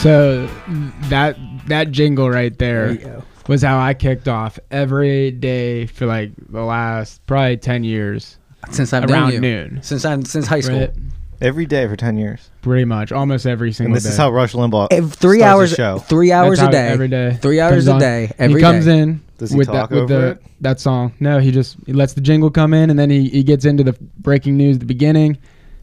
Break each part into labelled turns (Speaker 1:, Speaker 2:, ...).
Speaker 1: So that that jingle right
Speaker 2: There
Speaker 1: there
Speaker 2: you go.
Speaker 1: was how I kicked off every day for like the last probably ten years
Speaker 3: Since I've known
Speaker 1: around
Speaker 3: you.
Speaker 1: noon.
Speaker 3: Since I'm since high school.
Speaker 1: Right?
Speaker 4: Every day for 10 years.
Speaker 1: Pretty much, almost every single
Speaker 4: And this
Speaker 1: day.
Speaker 4: is how Rush Limbaugh.
Speaker 2: Ev- three
Speaker 4: starts
Speaker 2: hours.
Speaker 4: The show.
Speaker 2: Three
Speaker 1: That's
Speaker 2: hours
Speaker 1: how
Speaker 2: a day.
Speaker 1: Every day.
Speaker 2: Three hours
Speaker 1: Comes
Speaker 2: a
Speaker 1: on.
Speaker 2: day. Every
Speaker 1: he
Speaker 2: day.
Speaker 1: comes in
Speaker 4: Does he
Speaker 1: with
Speaker 4: talk
Speaker 1: that with
Speaker 4: over
Speaker 1: the
Speaker 4: it?
Speaker 1: that song. No, he just he lets the jingle come in and then he, he gets into the breaking news at the beginning.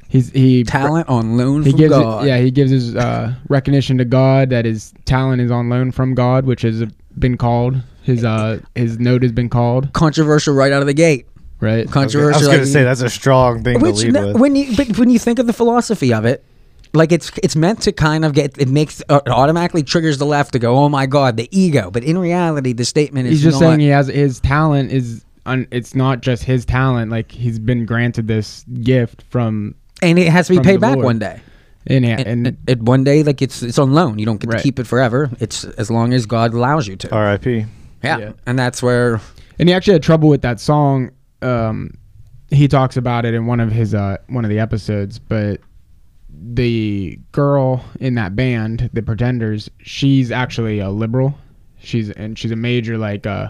Speaker 1: He's he
Speaker 3: Talent on loan
Speaker 1: he
Speaker 3: from
Speaker 1: gives it-
Speaker 3: God.
Speaker 1: yeah he gives his uh, recognition to God that his talent is on loan from God, which has been called his uh his note has been called
Speaker 3: Controversial right out of the gate.
Speaker 1: right.
Speaker 4: I was gonna-
Speaker 3: Controversial.
Speaker 4: I was
Speaker 3: like
Speaker 4: going to say, that's a strong thing
Speaker 2: Which
Speaker 4: to lead
Speaker 2: no-
Speaker 4: with.
Speaker 2: when you but when you think of the philosophy of it, like it's it's meant to kind of get it makes uh, it automatically triggers the left to go oh my god the ego, but in reality the statement is
Speaker 1: He's just
Speaker 2: not-
Speaker 1: saying he has his talent is. Un, it's not just his talent; like he's been granted this gift from
Speaker 2: and it has to be
Speaker 1: from
Speaker 2: paid
Speaker 1: the
Speaker 2: back
Speaker 1: Lord.
Speaker 2: one day.
Speaker 1: in
Speaker 2: And,
Speaker 1: and,
Speaker 2: and, one day like it's it's on loan. You don't get to
Speaker 1: Right.
Speaker 2: keep it forever. It's as long as God allows you to.
Speaker 4: RIP.
Speaker 2: Yeah.
Speaker 1: Yeah.
Speaker 2: and that's where
Speaker 1: and he actually had trouble with that song. Um, he talks about it in one of his uh, one of the episodes, but the girl in that band, the Pretenders, she's actually a liberal. She's and she's a major like uh,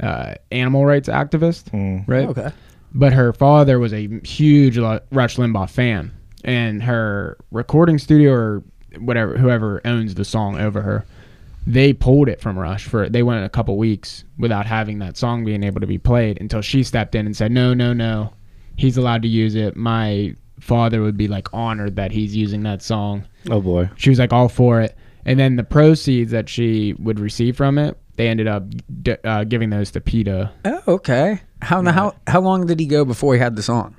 Speaker 1: uh, animal rights activist,
Speaker 4: Mm.
Speaker 1: right?
Speaker 3: Okay.
Speaker 1: But her father was a huge Lo- Rush Limbaugh fan, and her recording studio or whatever, whoever owns the song over her, they pulled it from Rush for they went a couple weeks without having that song being able to be played until she stepped in and said, "No, no, no, he's allowed to use it." My father would be like honored that he's using that song.
Speaker 4: Oh, boy.
Speaker 1: She was like all for it, and then the proceeds that she would receive from it, they ended up d- uh, giving those to PETA.
Speaker 3: Oh, okay. How now how how long did he go before he had the song?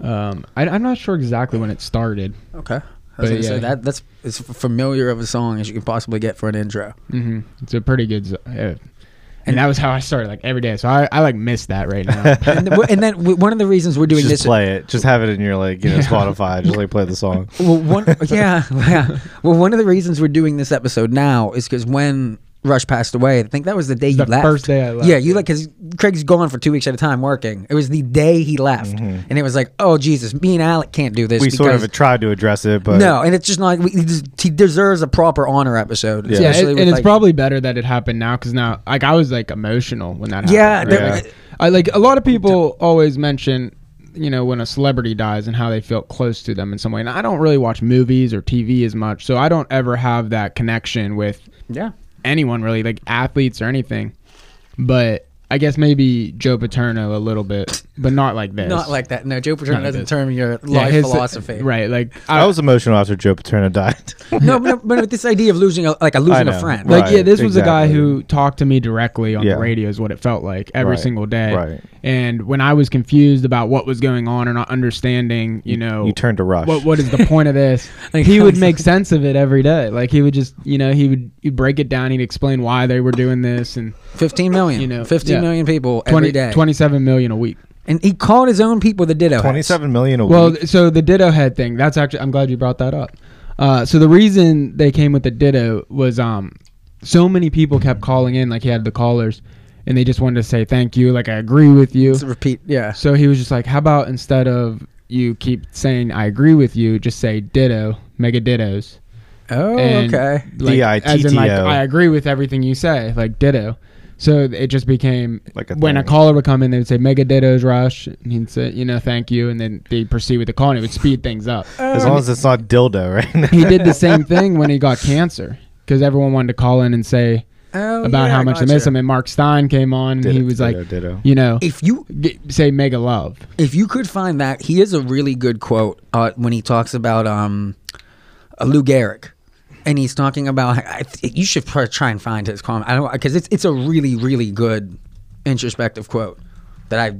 Speaker 1: Um, I, I'm not sure exactly when it started.
Speaker 3: Okay. I
Speaker 1: But
Speaker 3: was gonna
Speaker 1: yeah.
Speaker 3: say that that's as familiar of a song as you can possibly get for an intro.
Speaker 1: hmm It's a pretty good. z- Uh, and that was how I started, like every day. So I, I like miss that right now.
Speaker 2: and, th- and then w- one of the reasons we're doing
Speaker 4: Just
Speaker 2: this
Speaker 4: play it. Just have it in your, like, you know, Spotify. Just, like, play the song.
Speaker 2: well, one
Speaker 3: yeah, yeah. Well, one of the reasons we're doing this episode now is because when Rush passed away, I think that was the day you
Speaker 1: the
Speaker 3: left.
Speaker 1: first day I left,
Speaker 3: Yeah, you like because Craig's gone for two weeks at a time working. It was the day he left,
Speaker 1: Mm-hmm.
Speaker 3: and it was like, oh Jesus, me and Alec can't do this.
Speaker 4: We sort
Speaker 3: because-
Speaker 4: of tried to address it, but.
Speaker 3: no, and it's just not. We, he des- he deserves a proper honor episode.
Speaker 4: Yeah.
Speaker 1: yeah, it-
Speaker 3: especially
Speaker 1: and
Speaker 3: with,
Speaker 1: it's
Speaker 3: like-
Speaker 1: probably better that it happened now because now, like, I was like emotional when that happened.
Speaker 3: Yeah,
Speaker 1: right?
Speaker 3: that-
Speaker 1: Like, I like a lot of people always mention, you know, when a celebrity dies and how they feel close to them in some way. And I don't really watch movies or TV as much, so I don't ever have that connection with
Speaker 3: yeah.
Speaker 1: anyone really, like athletes or anything. But I guess maybe Joe Paterno a little bit, but not like this.
Speaker 3: Not like that. No, Joe Paterno
Speaker 1: Not
Speaker 3: doesn't
Speaker 1: this.
Speaker 3: term your
Speaker 1: Yeah,
Speaker 3: life
Speaker 1: his- uh,
Speaker 3: philosophy.
Speaker 1: Right, like
Speaker 4: I was emotional after Joe Paterno died.
Speaker 3: no, but, but with this idea of losing a like a losing a
Speaker 4: know.
Speaker 3: friend.
Speaker 1: like
Speaker 4: Right,
Speaker 1: yeah, this was a guy
Speaker 4: exactly.
Speaker 1: who talked to me directly on
Speaker 4: Yeah.
Speaker 1: the radio is what it felt like every
Speaker 4: Right,
Speaker 1: single day.
Speaker 4: right.
Speaker 1: And when I was confused about what was going on or not understanding, you know,
Speaker 4: You turned to Rush.
Speaker 1: what what is the point of this?
Speaker 3: Like,
Speaker 1: he
Speaker 3: I'm
Speaker 1: would make sense of it every day. Like he would just, you know, he would he'd break it down. He'd explain why they were doing this and
Speaker 3: Fifteen million.
Speaker 1: You
Speaker 3: You
Speaker 1: know,
Speaker 3: know, fifteen
Speaker 1: yeah.
Speaker 3: million people every
Speaker 1: 20,
Speaker 3: day.
Speaker 1: 27 million a week.
Speaker 3: and he called his own people the ditto. hats.
Speaker 4: 27 million a week.
Speaker 1: Well, th- so the ditto head thing. That's actually. I'm glad you brought that up. Uh, so the reason they came with the ditto was um, so many people kept calling in, like he had the callers, and they just wanted to say thank you, like I agree with you.
Speaker 3: Let's repeat. Yeah.
Speaker 1: So he was just like, how about instead of you keep saying I agree with you, just say ditto, mega dittos.
Speaker 3: Oh,
Speaker 1: And,
Speaker 3: okay.
Speaker 1: Like, as in like
Speaker 4: D-I-T-T-O.
Speaker 1: I agree with everything you say, like ditto. So it just became
Speaker 4: Like a
Speaker 1: when a
Speaker 4: thing.
Speaker 1: caller would come in, they would say mega dittos rush, and he'd say you know thank you, and then they would proceed with the call, and it would speed things up.
Speaker 4: as
Speaker 3: Oh. um,
Speaker 4: long as it's not dildo, right?
Speaker 1: he did the same thing when he got cancer because everyone wanted to call in and say
Speaker 3: Oh,
Speaker 1: about
Speaker 3: yeah,
Speaker 1: how
Speaker 3: I
Speaker 1: much they
Speaker 3: gotcha.
Speaker 1: miss him. And Mark Stein came on and he
Speaker 4: Ditto,
Speaker 1: was
Speaker 4: ditto,
Speaker 1: like,
Speaker 4: ditto.
Speaker 1: you know,
Speaker 3: If you
Speaker 1: g- say mega love.
Speaker 3: if you could find that, he is a really good quote uh, when he talks about um, uh, Lou Gehrig, and he's talking about I th- you should pr- try and find his comment. I don't because it's it's a really really good introspective quote that I.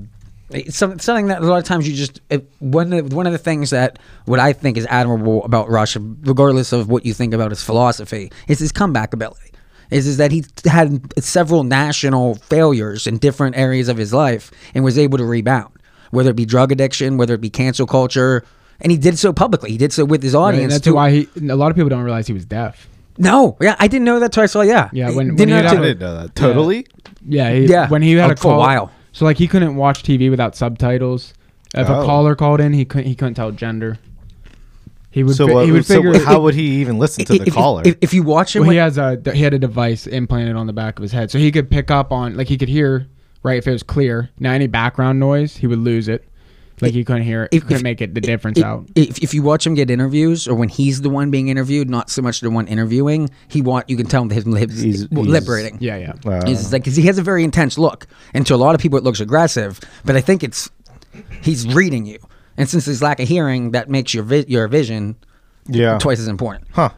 Speaker 3: It's some, something that a lot of times you just it, one of, one of the things that what I think is admirable about Rush, regardless of what you think about his philosophy, is his comeback ability. Is is that he had several national failures in different areas of his life and was able to rebound whether it be drug addiction, whether it be cancel culture. And he did so publicly. He did so with his audience.
Speaker 1: And that's
Speaker 3: too.
Speaker 1: why he, a lot of people don't realize he was deaf.
Speaker 3: No, yeah, I didn't know that till I saw. Yeah,
Speaker 1: Yeah,
Speaker 3: He
Speaker 1: when-
Speaker 3: didn't
Speaker 1: when he
Speaker 3: know
Speaker 1: got
Speaker 4: I
Speaker 3: till-
Speaker 1: out-
Speaker 4: didn't know that. Totally?
Speaker 1: Yeah. He,
Speaker 3: Yeah.
Speaker 1: When he had
Speaker 3: Oh,
Speaker 1: a
Speaker 3: for a
Speaker 1: call,
Speaker 3: while.
Speaker 1: So like he couldn't watch TV without subtitles. If
Speaker 4: Oh.
Speaker 1: a caller called in, he couldn't, he couldn't tell gender. He would.
Speaker 4: So,
Speaker 1: fi-
Speaker 4: what,
Speaker 1: he would
Speaker 4: so
Speaker 1: figure.
Speaker 4: how would he even listen to
Speaker 3: If-
Speaker 4: the
Speaker 3: if,
Speaker 4: caller?
Speaker 3: If, if you watch him,
Speaker 1: well, he
Speaker 3: when-
Speaker 1: has a he had a device implanted on the back of his head, so he could pick up on like he could hear right if it was clear. Now any background noise, he would lose it. Like he couldn't hear it.
Speaker 3: If-
Speaker 1: couldn't
Speaker 3: if-
Speaker 1: make it the difference
Speaker 3: i-
Speaker 1: out.
Speaker 3: If, if you watch him get interviews, or when he's the one being interviewed, not so much the one interviewing, he want you can tell him that his lips
Speaker 4: He's-
Speaker 3: well,
Speaker 4: he's-
Speaker 3: liberating.
Speaker 1: Yeah, yeah.
Speaker 4: Wow.
Speaker 3: He's just like because he has a very intense look, and to a lot of people it looks aggressive, but I think it's he's reading you, and since there's lack of hearing, that makes your vi- your vision
Speaker 4: yeah.
Speaker 3: twice as important.
Speaker 4: Huh.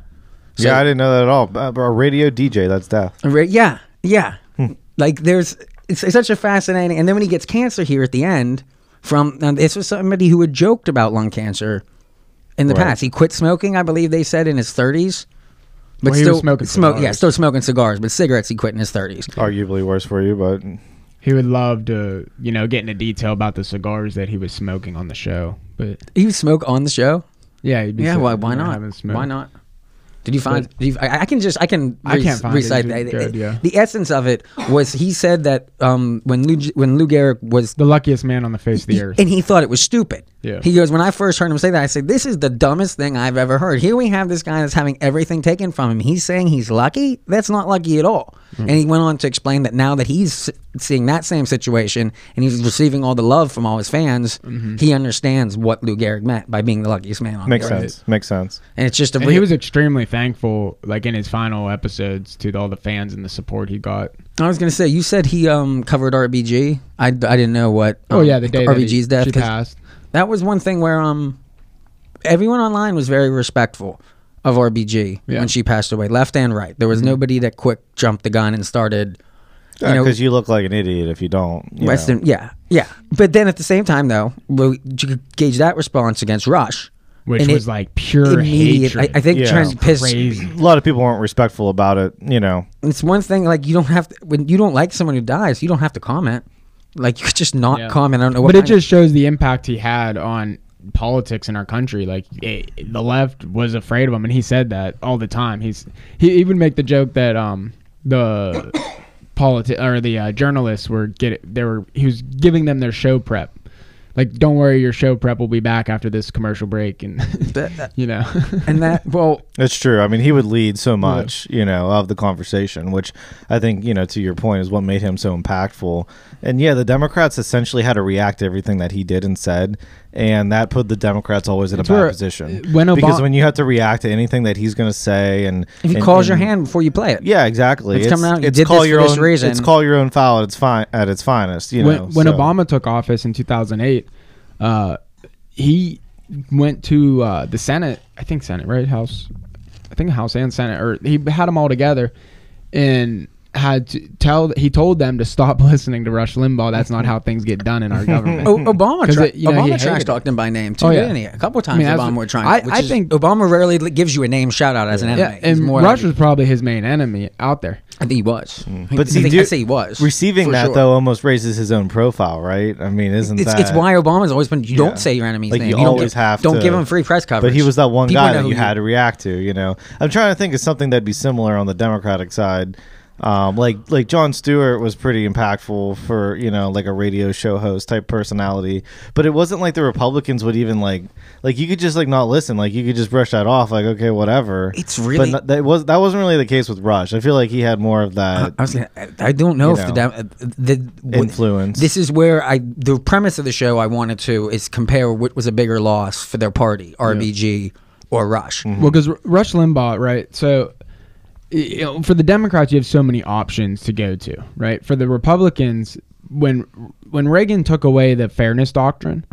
Speaker 3: So-
Speaker 4: yeah, I didn't know that at all. Uh, but A radio DJ, that's death.
Speaker 3: Right? Yeah, yeah.
Speaker 1: Hmm.
Speaker 3: Like there's, it's, it's such a fascinating. And then when he gets cancer here at the end, from now this was somebody who had joked about lung cancer in the
Speaker 4: Right.
Speaker 3: past. He quit smoking, I believe they said, in his 30s. But
Speaker 1: Well, he
Speaker 3: still
Speaker 1: was smoking
Speaker 3: yeah,
Speaker 1: cigars.
Speaker 3: still smoking cigars, but cigarettes he quit in his 30s.
Speaker 4: Arguably worse for you, but
Speaker 1: He would love to, you know, get into detail about the cigars that he was smoking on the show. But
Speaker 3: He would smoke on the show.
Speaker 1: yeah, he'd be
Speaker 3: yeah,
Speaker 1: sitting
Speaker 3: why? Why
Speaker 1: there
Speaker 3: not?
Speaker 1: having smoke.
Speaker 3: Why not? Did you find? Did you, I, I can just I can
Speaker 1: I can't find it.
Speaker 3: recite
Speaker 1: It's
Speaker 3: that.
Speaker 1: good, yeah.
Speaker 3: The essence of it was he said that um, when Lou when Lou Gehrig was
Speaker 1: The luckiest man on the face of the
Speaker 3: He-
Speaker 1: earth.
Speaker 3: And he thought it was stupid.
Speaker 1: Yeah.
Speaker 3: He goes, when I first heard him say that, I said, this is the dumbest thing I've ever heard. Here we have this guy that's having everything taken from him. He's saying he's lucky. That's not lucky at all.
Speaker 1: Mm-hmm.
Speaker 3: And he went on to explain that now that he's s- seeing that same situation and he's receiving all the love from all his fans,
Speaker 1: Mm-hmm.
Speaker 3: he understands what Lou Gehrig meant by being the luckiest man on
Speaker 4: makes
Speaker 3: the earth.
Speaker 4: sense. Makes sense.
Speaker 3: And it's just a
Speaker 1: and
Speaker 3: real,
Speaker 1: he was extremely thankful, like in his final episodes, to all the fans and the support he got.
Speaker 3: I was going to say, you said he um, covered RBG. I, I didn't know what.
Speaker 1: Oh
Speaker 3: um,
Speaker 1: yeah, the day that he-
Speaker 3: RBG's death.
Speaker 1: she
Speaker 3: 'cause-
Speaker 1: passed.
Speaker 3: That was one thing where um everyone online was very respectful of RBG
Speaker 1: Yeah. Mm-hmm.
Speaker 3: when she passed away, left and right. There was nobody that quick jumped the gun and started. You know,
Speaker 4: Because you, look like an idiot if you don't. you
Speaker 3: West
Speaker 4: know.
Speaker 3: Ham- yeah, yeah. But then at the same time, though, we you could gauge that response against Rush,
Speaker 1: Which
Speaker 3: and
Speaker 1: was
Speaker 3: it-
Speaker 1: like pure
Speaker 3: immediate. I,
Speaker 1: hatred.
Speaker 3: I think
Speaker 4: Yeah.
Speaker 3: Trent pissed.
Speaker 1: crazy.
Speaker 4: a lot of people weren't respectful about it. You know,
Speaker 3: It's one thing like you don't have to, when you don't like someone who dies, you don't have to comment. Like you could just not
Speaker 1: Yeah.
Speaker 3: comment. I don't know. What
Speaker 1: but it
Speaker 3: kind of-
Speaker 1: just shows the impact he had on politics in our country like it, the left was afraid of him and he said that all the time he's he even make the joke that um the politi- or the uh, journalists were get they were he was giving them their show prep like don't worry your show prep will be back after this commercial break and
Speaker 3: That- that-
Speaker 1: you know
Speaker 3: and that well,
Speaker 4: it's true. I mean, he would lead so much, you know, of the conversation, which I think, you know, to your point, is what made him so impactful. And yeah, the Democrats essentially had to react to everything that he did and said, and that put the Democrats always in a
Speaker 1: It's
Speaker 4: bad
Speaker 1: where- uh,
Speaker 4: position.
Speaker 1: when Obama-
Speaker 4: because when you have to react to anything that he's going to say, and
Speaker 3: if you
Speaker 4: and-
Speaker 3: cause your
Speaker 4: and-
Speaker 3: hand before you play it,
Speaker 4: Yeah, exactly.
Speaker 3: It's coming out, you did this for
Speaker 4: your
Speaker 3: this
Speaker 4: own,
Speaker 3: reason.
Speaker 4: It's call your own foul at its fine at its finest. You know,
Speaker 1: when, when
Speaker 4: so-
Speaker 1: Obama took office in 2008, uh, he went to uh, the Senate, I think Senate, right? House, I think House and Senate, or he had them all together and had to tell, he told them to stop listening to Rush Limbaugh. That's not how things get done in our government.
Speaker 3: O- Obama,
Speaker 1: 'Cause Hmm.
Speaker 3: tra-
Speaker 1: it- you know, he
Speaker 3: Obama
Speaker 1: hated
Speaker 3: trash
Speaker 1: it.
Speaker 3: talked him by name too,
Speaker 1: Oh, yeah.
Speaker 3: didn't he? A couple times
Speaker 1: that's
Speaker 3: Obama
Speaker 1: what-
Speaker 3: were trying.
Speaker 1: I-
Speaker 3: which
Speaker 1: I
Speaker 3: is-
Speaker 1: think-
Speaker 3: Obama rarely li- gives you a name shout out as an enemy.
Speaker 1: yeah, and
Speaker 3: He's more
Speaker 1: Rush
Speaker 3: like-
Speaker 1: was probably his main enemy out there.
Speaker 3: I think he was.
Speaker 4: Hmm. But
Speaker 3: I
Speaker 4: see,
Speaker 3: think, I
Speaker 4: dude,
Speaker 3: say he was
Speaker 4: receiving
Speaker 3: for
Speaker 4: that
Speaker 3: sure.
Speaker 4: though almost raises his own profile, right? I mean, isn't
Speaker 3: It's,
Speaker 4: that
Speaker 3: it's why Obama's always been. You
Speaker 4: Yeah.
Speaker 3: don't say your enemy's
Speaker 4: Like,
Speaker 3: name.
Speaker 4: you
Speaker 3: don't
Speaker 4: always
Speaker 3: gi-
Speaker 4: have
Speaker 3: Don't
Speaker 4: to.
Speaker 3: give him free press coverage.
Speaker 4: But he was that one
Speaker 3: People
Speaker 4: guy
Speaker 3: know
Speaker 4: that
Speaker 3: who
Speaker 4: you had to react to. You know, I'm trying to think of something that'd be similar on the Democratic side. Um, like like John Stewart was pretty impactful for you know like a radio show host type personality, but it wasn't like the Republicans would even like like you could just like not listen, like you could just brush that off, like okay whatever.
Speaker 3: It's really-
Speaker 4: but no- that was that wasn't really the case with Rush. I feel like he had more of that.
Speaker 3: I was gonna, I- I don't know
Speaker 4: you
Speaker 3: if the,
Speaker 4: know,
Speaker 3: Dem- uh, the what-
Speaker 4: influence.
Speaker 3: This is where I the premise of the show I wanted to is compare what was a bigger loss for their party, RBG or Rush.
Speaker 1: Well, because Rush Limbaugh, right? So, you know, for the Democrats, you have so many options to go to, right? For the Republicans, when when Reagan took away the fairness doctrine,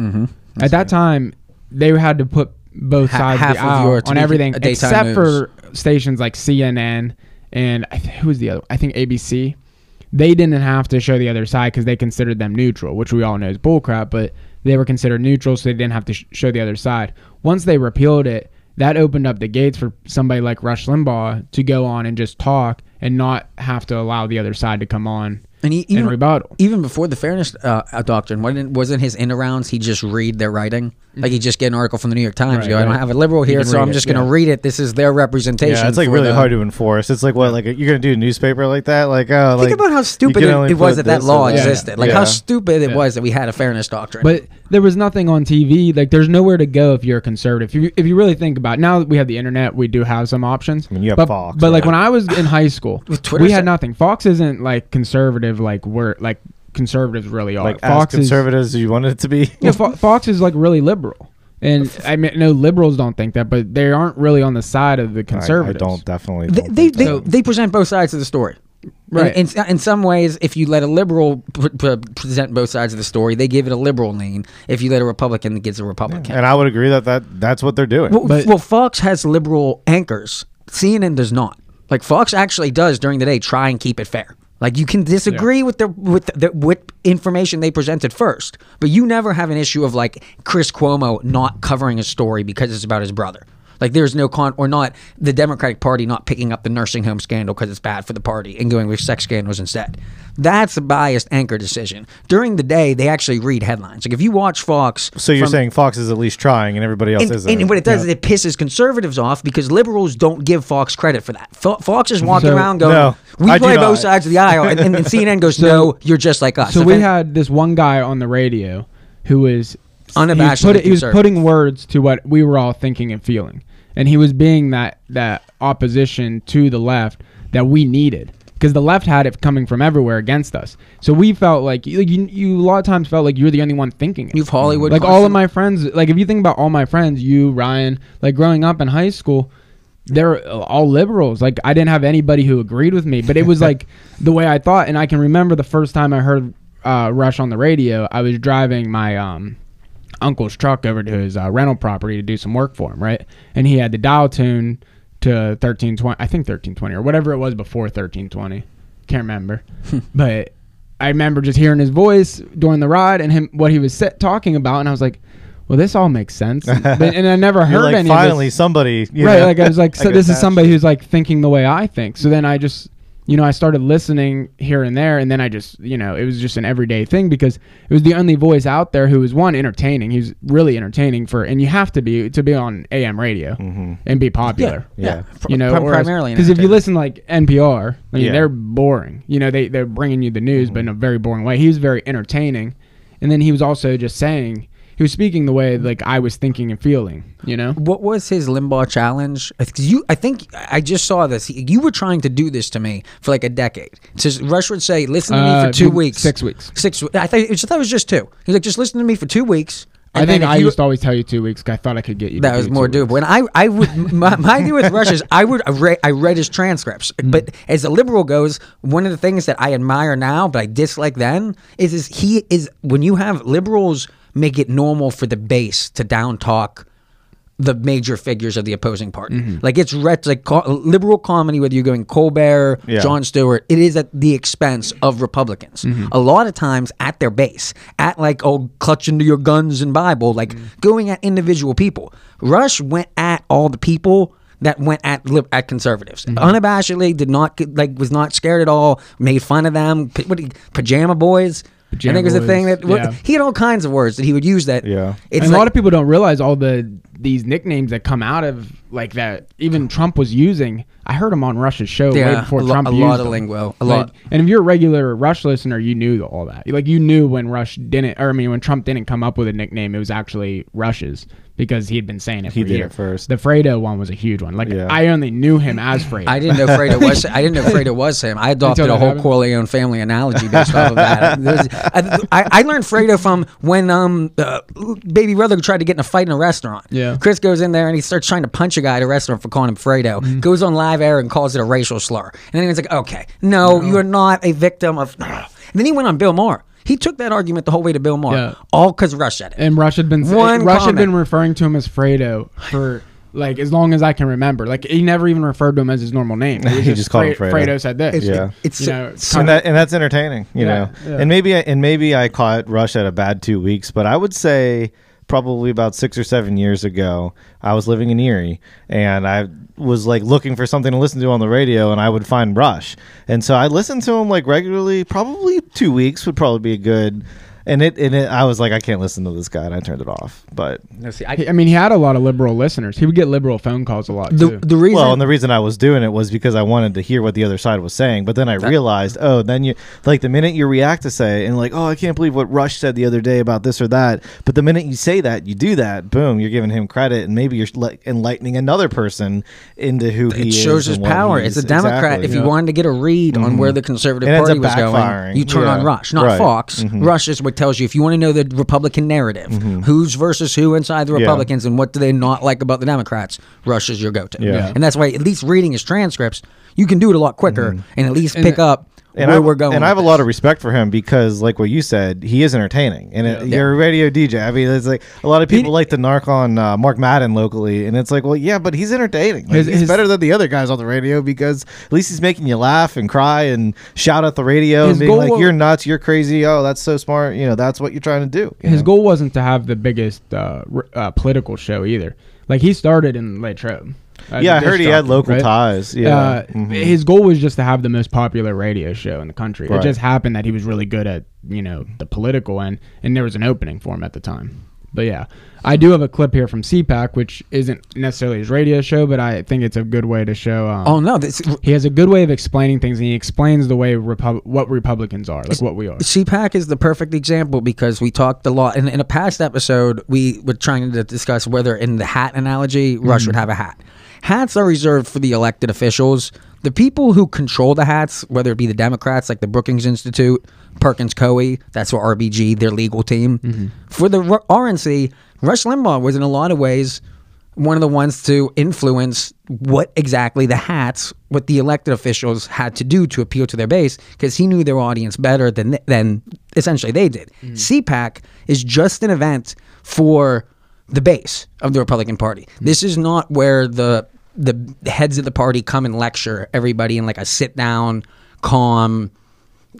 Speaker 1: at that time they had to put both
Speaker 3: Mm-hmm. Ha-
Speaker 1: sides of the
Speaker 3: half of
Speaker 1: aisle
Speaker 3: your- to
Speaker 1: on
Speaker 3: make it
Speaker 1: everything
Speaker 3: a daytime
Speaker 1: except
Speaker 3: news.
Speaker 1: for stations like CNN and I th- who was the other? I think ABC. They didn't have to show the other side because they considered them neutral, which we all know is bullcrap. But they were considered neutral, so they didn't have to sh- show the other side. Once they repealed it, that opened up the gates for somebody like Rush Limbaugh to go on and just talk and not have to allow the other side to come on
Speaker 3: And e-, he even
Speaker 1: and rebuttal.
Speaker 3: even before the fairness uh, uh, doctrine, wasn't wasn't his in arounds? He just read their writing. Like you just get an article from the New York Times.
Speaker 1: Right,
Speaker 3: you go, I don't
Speaker 1: right.
Speaker 3: have a liberal
Speaker 1: You
Speaker 3: here,
Speaker 1: can
Speaker 3: so
Speaker 1: read
Speaker 3: I'm
Speaker 1: it,
Speaker 3: just going to
Speaker 1: yeah.
Speaker 3: read it. This is their representation.
Speaker 4: Yeah, it's like
Speaker 3: for
Speaker 4: really
Speaker 3: the-
Speaker 4: hard to enforce. It's like what, like you're gonna do a newspaper like that, like oh,
Speaker 3: Think
Speaker 4: like,
Speaker 3: about how
Speaker 4: you
Speaker 3: stupid
Speaker 4: can
Speaker 3: it,
Speaker 4: only
Speaker 3: it was
Speaker 4: put
Speaker 3: that that
Speaker 4: this
Speaker 3: law
Speaker 4: in there.
Speaker 3: existed. Like
Speaker 4: Yeah.
Speaker 3: how stupid it
Speaker 1: Yeah.
Speaker 3: was that we had a fairness doctrine.
Speaker 1: But there was nothing on TV. Like, there's nowhere to go if you're a conservative. If you, if you really think about it, now that we have the internet, we do have some options. I
Speaker 4: mean, you have
Speaker 1: but,
Speaker 4: Fox,
Speaker 1: But like
Speaker 4: right?
Speaker 1: when I was in high school,
Speaker 3: Twitter
Speaker 1: we had
Speaker 3: said-
Speaker 1: nothing. Fox isn't like conservative. Like we're like conservatives really are.
Speaker 4: like
Speaker 1: Fox
Speaker 4: as
Speaker 1: is
Speaker 4: conservative as you want it to be.
Speaker 1: yeah, Fo- Fox is like really liberal. And I mean, no liberals don't think that, but they aren't really on the side of the
Speaker 4: I-
Speaker 1: conservatives.
Speaker 4: I, don't definitely.
Speaker 3: they
Speaker 4: don't
Speaker 3: they,
Speaker 4: think
Speaker 3: they,
Speaker 4: so.
Speaker 3: they present both sides of the story.
Speaker 1: Right.
Speaker 3: In, in, in some ways, if you let a liberal p- p- present both sides of the story, they give it a liberal lean. If you let a Republican, it gives a Republican.
Speaker 4: and I would agree that, that that's what they're doing.
Speaker 3: Well,
Speaker 1: But-
Speaker 3: well, Fox has liberal anchors. CNN does not. Like Fox actually does during the day try and keep it fair. Like you can disagree with the with the with information they presented first, but you never have an issue of like Chris Cuomo not covering a story because it's about his brother. Like there's no con or not the Democratic Party not picking up the nursing home scandal because it's bad for the party and going with sex scandals instead. That's a biased anchor decision. During the day, they actually read headlines. Like if you watch Fox,
Speaker 4: So you're
Speaker 3: from-
Speaker 4: saying Fox is at least trying, and everybody else
Speaker 3: and,
Speaker 4: isn't.
Speaker 3: and what it does is it pisses conservatives off because liberals don't give Fox credit for that. Fo- Fox is walking
Speaker 1: So-
Speaker 3: around going,
Speaker 4: No,
Speaker 3: "We
Speaker 4: I do
Speaker 3: play
Speaker 4: not."
Speaker 3: both sides of the aisle," and, and, and CNN goes, "No, you're just like us."
Speaker 1: So
Speaker 3: If
Speaker 1: we
Speaker 3: any-
Speaker 1: had this one guy on the radio who was He was,
Speaker 3: Unabashedly
Speaker 1: put- he was
Speaker 3: conservative.
Speaker 1: putting words to what we were all thinking and feeling, and he was being that that opposition to the left that we needed because the left had it coming from everywhere against us. So we felt like you, you, you a lot of times felt like you're the only one thinking it.
Speaker 3: You've Hollywood
Speaker 1: like all of
Speaker 3: constantly-
Speaker 1: my friends. Like if you think about all my friends, you Ryan, like growing up in high school. They're all liberals. Like I didn't have anybody who agreed with me, but it was like the way I thought. And I can remember the first time I heard uh, Rush on the radio. I was driving my um, uncle's truck over to his uh, rental property to do some work for him, right? And he had the dial tune to thirteen twenty, I think thirteen twenty or whatever it was before thirteen twenty. Can't remember, but I remember just hearing his voice during the ride and him what he was sa- talking about, and I was like, "Well, this all makes sense." And, but- and I never
Speaker 4: You're
Speaker 1: heard
Speaker 4: like
Speaker 1: any
Speaker 4: finally
Speaker 1: of this.
Speaker 4: somebody. you
Speaker 1: Right?
Speaker 4: know?
Speaker 1: Like I was like,
Speaker 4: I
Speaker 1: "So this
Speaker 4: got
Speaker 1: is
Speaker 4: that
Speaker 1: somebody
Speaker 4: shit.
Speaker 1: who's like thinking the way I think." So then I just. You know, I started listening here and there, and then I just, you know, it was just an everyday thing because it was the only voice out there who was one entertaining. He was really entertaining for, and you have to be to be on AM radio
Speaker 4: Mm-hmm.
Speaker 1: and be popular
Speaker 4: Yeah.
Speaker 1: you know,
Speaker 3: Pri- primarily
Speaker 1: because if you
Speaker 3: entertainment.
Speaker 1: listen like NPR, I mean,
Speaker 4: Yeah.
Speaker 1: they're boring. You know, they they're bringing you the news, but in a
Speaker 3: Mm-hmm.
Speaker 1: very boring way. He was very entertaining, and then he was also just saying he was speaking the way like I was thinking and feeling. You know,
Speaker 3: What was his Limbaugh challenge? I think you, I think I just saw this. You were trying to do this to me for like a decade. So Rush would say, "Listen to me
Speaker 1: Uh,
Speaker 3: for two
Speaker 1: two-
Speaker 3: weeks,
Speaker 1: six weeks.
Speaker 3: six." we- I think I thought it was just two. He's like, "Just listen to me for two weeks."
Speaker 1: I
Speaker 3: and then
Speaker 1: think
Speaker 3: if
Speaker 1: I
Speaker 3: you-
Speaker 1: used to always tell you two weeks. 'cause I thought I could get you. to
Speaker 3: That was
Speaker 1: do
Speaker 3: more
Speaker 1: two weeks.
Speaker 3: doable. And I, I would, my, my idea with Rush is I would, I read, I read his transcripts.
Speaker 1: Mm.
Speaker 3: But as a liberal goes, one of the things that I admire now, but I dislike then, is, is he is when you have liberals make it normal for the base to down talk the major figures of the opposing party.
Speaker 1: Mm-hmm.
Speaker 3: Like it's ret- like co- liberal comedy, whether you're going Colbert,
Speaker 4: Yeah.
Speaker 3: John Stewart, it is at the expense of Republicans.
Speaker 1: Mm-hmm.
Speaker 3: A lot of times at their base, at like, oh, clutching to your guns and Bible, like
Speaker 1: Mm-hmm.
Speaker 3: going at individual people. Rush went at all the people that went at lib- at conservatives
Speaker 1: Mm-hmm.
Speaker 3: unabashedly did not get- like was not scared at all made fun of them P- what, do you- pajama boys i think
Speaker 1: Pajama
Speaker 3: was the thing
Speaker 1: boys,
Speaker 3: that what-
Speaker 1: yeah.
Speaker 3: he had all kinds of words that he would use that
Speaker 4: Yeah.
Speaker 3: it's
Speaker 1: and
Speaker 3: like-
Speaker 1: a lot of people don't realize all the these nicknames that come out of like that. Even Trump was using. I heard him on Rush's show way
Speaker 3: Yeah,
Speaker 1: before
Speaker 3: a lo-
Speaker 1: Trump
Speaker 3: a
Speaker 1: used
Speaker 3: lot of
Speaker 1: them.
Speaker 3: lingo, a
Speaker 1: Like,
Speaker 3: lot.
Speaker 1: And if you're a regular Rush listener, you knew all that. Like you knew when Rush didn't, or I mean, when Trump didn't come up with a nickname, it was actually Rush's because he had been saying it.
Speaker 4: He
Speaker 1: for
Speaker 4: did it
Speaker 1: years.
Speaker 4: first.
Speaker 1: The Fredo one was a huge one. Like
Speaker 4: Yeah.
Speaker 1: I only knew him as Fredo.
Speaker 3: I didn't know Fredo was. I didn't know Fredo was him. I adopted
Speaker 1: Until
Speaker 3: a
Speaker 1: that
Speaker 3: whole
Speaker 1: happened?
Speaker 3: Corleone family analogy based off of that. There's- I, I, I learned Fredo from when um uh, Baby Brother tried to get in a fight in a restaurant.
Speaker 1: Yeah.
Speaker 3: Chris goes in there and he starts trying to punch a guy at a restaurant for calling him Fredo.
Speaker 1: Mm-hmm.
Speaker 3: Goes on live air and calls it a racial slur. And then he was like, "Okay, no, you are not a victim of." And then he went on Bill Maher. He took that argument the whole way to Bill Maher,
Speaker 1: Yeah.
Speaker 3: all because Rush said it.
Speaker 1: and Rush had been
Speaker 3: One
Speaker 1: Rush had been
Speaker 3: comment.
Speaker 1: referring to him as Fredo for like as long as I can remember. Like he never even referred to him as his normal name. It was
Speaker 4: He just called him
Speaker 1: Fre-
Speaker 4: Fredo.
Speaker 1: Fredo said this.
Speaker 4: Yeah.
Speaker 3: It's
Speaker 1: you
Speaker 3: so-
Speaker 1: know,
Speaker 3: so
Speaker 4: and that and that's entertaining,
Speaker 1: Yeah,
Speaker 4: you know.
Speaker 1: yeah.
Speaker 4: And maybe I- and maybe I caught Rush at a bad two weeks, but I would say probably about six or seven years ago, I was living in Erie and I was like looking for something to listen to on the radio, and I would find Rush, and so I listened to him like regularly. Probably two weeks would probably be a good. and it and it, I was like, I can't listen to this guy, and I turned it off. But
Speaker 3: No, see, I,
Speaker 1: He- I mean, he had a lot of liberal listeners. He would get liberal phone calls a lot
Speaker 3: the,
Speaker 1: too.
Speaker 3: the reason
Speaker 4: well, and the reason I was doing it was because I wanted to hear what the other side was saying. But then I realized, oh, then you like the minute you react to say and like, oh, I can't believe what Rush said the other day about this or that. But the minute you say that, you do that, boom, you're giving him credit, and maybe you're like enlightening another person into who he
Speaker 3: it
Speaker 4: is.
Speaker 3: shows his
Speaker 4: and what
Speaker 3: power.
Speaker 4: he
Speaker 3: It's
Speaker 4: is.
Speaker 3: a Democrat.
Speaker 4: Exactly.
Speaker 3: If
Speaker 4: Yeah. Mm-hmm.
Speaker 3: you wanted to get a read on where the Conservative
Speaker 4: It ends
Speaker 3: Party
Speaker 4: up
Speaker 3: was going,
Speaker 4: backfiring.
Speaker 3: you turn on
Speaker 4: Yeah.
Speaker 3: Rush, not
Speaker 4: Right. Mm-hmm.
Speaker 3: Fox. Rush is what tells you if you want to know the Republican narrative, who's versus who inside the
Speaker 4: Yeah.
Speaker 3: Republicans, and what do they not like about the Democrats. Rush is your go-to,
Speaker 4: Yeah.
Speaker 3: and that's why at least reading his transcripts, you can do it a lot quicker and at least pick up
Speaker 4: Mm-hmm. and
Speaker 3: where
Speaker 4: I,
Speaker 3: we're going.
Speaker 4: And I
Speaker 3: with
Speaker 4: have a
Speaker 3: this.
Speaker 4: lot of respect for him because, like what you said, he is entertaining. And it, you're a radio DJ. I mean, it's like a lot of people like to narc on uh, Mark Madden locally, and it's like, well, yeah, but he's entertaining. Like,
Speaker 1: His-
Speaker 4: he's
Speaker 1: his-
Speaker 4: better than the other guys on the radio because at least he's making you laugh and cry and shout at the radio
Speaker 1: His
Speaker 4: and being
Speaker 1: goal
Speaker 4: like,
Speaker 1: was-
Speaker 4: "You're nuts. You're crazy. Oh, that's so smart. You know, that's what you're trying to do." you
Speaker 1: His
Speaker 4: know?
Speaker 1: goal wasn't to have the biggest uh, r- uh, political show either. Like he started in Uh, Latrobe. as
Speaker 4: Yeah,
Speaker 1: a
Speaker 4: I heard he
Speaker 1: disc
Speaker 4: had
Speaker 1: jockey,
Speaker 4: local
Speaker 1: right?
Speaker 4: ties. Yeah,
Speaker 1: Uh,
Speaker 4: Mhm.
Speaker 1: His goal was just to have the most popular radio show in the country.
Speaker 4: Right.
Speaker 1: It just happened that he was really good at you know the political end, and there was an opening for him at the time. But yeah, I do have a clip here from CPAC, which isn't necessarily his radio show, but I think it's a good way to show. Um,
Speaker 3: Oh no, this,
Speaker 1: He has a good way of explaining things, and he explains the way Repub- what Republicans are, like what we are.
Speaker 3: CPAC is the perfect example because we talked a lot in, in a past episode. We were trying to discuss whether, in the hat analogy, Rush would have a hat. Hats are reserved for the elected officials. The people who control the hats, whether it be the Democrats, like the Brookings Institute, Perkins Coie, that's what RBG, their legal team. For the R- RNC, Rush Limbaugh was in a lot of ways one of the ones to influence what exactly the hats, what the elected officials had to do to appeal to their base, because he knew their audience better than than essentially they did. CPAC is just an event for the base of the Republican Party. This is not where the the heads of the party come and lecture everybody in like a sit down, calm,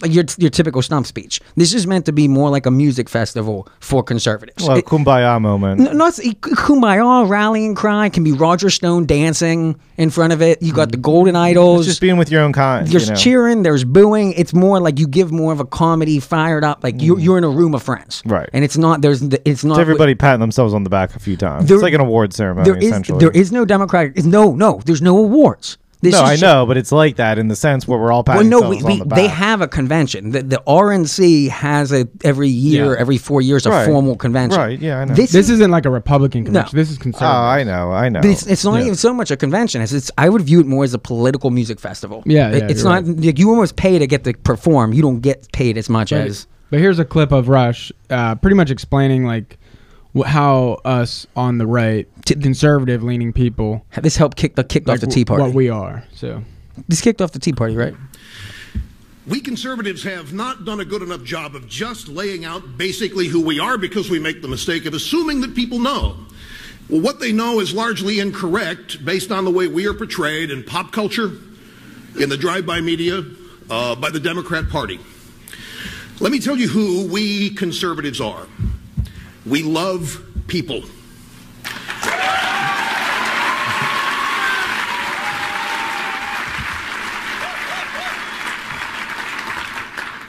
Speaker 3: like your your typical stump speech. This is meant to be more like a music festival for conservatives.
Speaker 4: well,
Speaker 3: It-
Speaker 4: kumbaya moment.
Speaker 3: no, not kumbaya, rallying cry can be Roger Stone dancing in front of it. You got the golden idols.
Speaker 4: Mm. It's just being with your own kind.
Speaker 3: there's
Speaker 4: you know?
Speaker 3: cheering, there's booing. It's more like you give more of a comedy, fired up. Like you, you're in a room of friends,
Speaker 4: Mm. Right.
Speaker 3: And it's not there's the- it's not
Speaker 4: It's everybody patting themselves on the back a few times.
Speaker 3: There-
Speaker 4: it's like an award ceremony.
Speaker 3: There is
Speaker 4: essentially.
Speaker 3: there is no democratic. No, no, there's no awards. This
Speaker 4: No,
Speaker 3: is
Speaker 4: I
Speaker 3: just-
Speaker 4: know, but it's like that in the sense where we're all
Speaker 3: Well,
Speaker 4: patting
Speaker 3: no, we,
Speaker 4: ourselves on
Speaker 3: we,
Speaker 4: the back.
Speaker 3: they have a convention. The, the RNC has a every year,
Speaker 1: Yeah.
Speaker 3: every four years, a
Speaker 4: Right.
Speaker 3: formal convention.
Speaker 4: Right, yeah, I know.
Speaker 3: This,
Speaker 1: This
Speaker 3: is
Speaker 1: isn't like a Republican convention. This is
Speaker 4: Oh,
Speaker 1: conservative.
Speaker 4: I know, I know.
Speaker 1: Oh.
Speaker 3: It's, it's not even so much a convention. It's, it's I would view it more as a political music festival.
Speaker 1: Yeah,
Speaker 3: It-
Speaker 1: yeah,
Speaker 3: it's
Speaker 1: you're
Speaker 3: not like you almost pay to get to perform. You don't get paid as much as
Speaker 1: But here's a clip of Rush, uh, pretty much explaining like wh- how us on the right, conservative leaning people,
Speaker 3: this helped kick the kicked off
Speaker 1: like
Speaker 3: the Tea
Speaker 1: wh- what
Speaker 3: Party.
Speaker 1: we are. So
Speaker 3: this kicked off the Tea Party, right?
Speaker 5: We conservatives have not done a good enough job of just laying out basically who we are because we make the mistake of assuming that people know. Well, what they know is largely incorrect based on the way we are portrayed in pop culture, in the drive by media, uh, by the Democrat Party. Let me tell you who we conservatives are. We love people.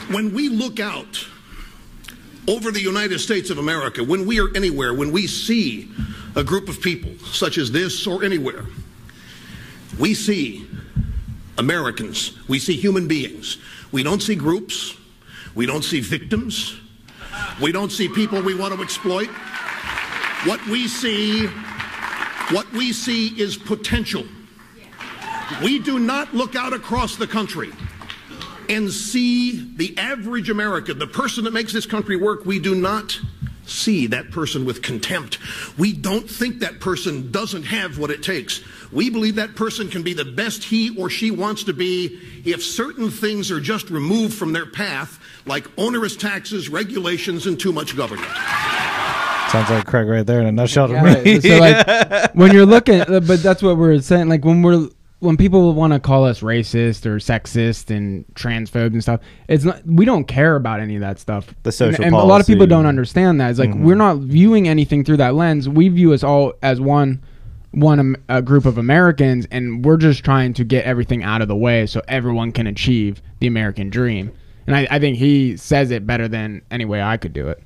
Speaker 5: When we look out over the United States of America, when we are anywhere, when we see a group of people such as this or anywhere, we see Americans, we see human beings. We don't see groups, we don't see victims, we don't see people we want to exploit. What we see, what we see is potential. We do not look out across the country and see the average American, the person that makes this country work, we do not see that person with contempt. We don't think that person doesn't have what it takes. We believe that person can be the best he or she wants to be if certain things are just removed from their path, like onerous taxes, regulations, and too much government.
Speaker 4: Sounds like Craig right there in a nutshell to me.
Speaker 1: Right. so like when you're looking uh, but that's what we're saying like when we're when people want to call us racist or sexist and transphobe and stuff it's not we don't care about any of that stuff
Speaker 4: The social
Speaker 1: and, and a lot of people
Speaker 4: policy. Mm-hmm.
Speaker 1: don't understand that it's like we're not viewing anything through that lens we view us all as one one um, a group of Americans and we're just trying to get everything out of the way so everyone can achieve the American dream and I, I think he says it better than any way I could do it.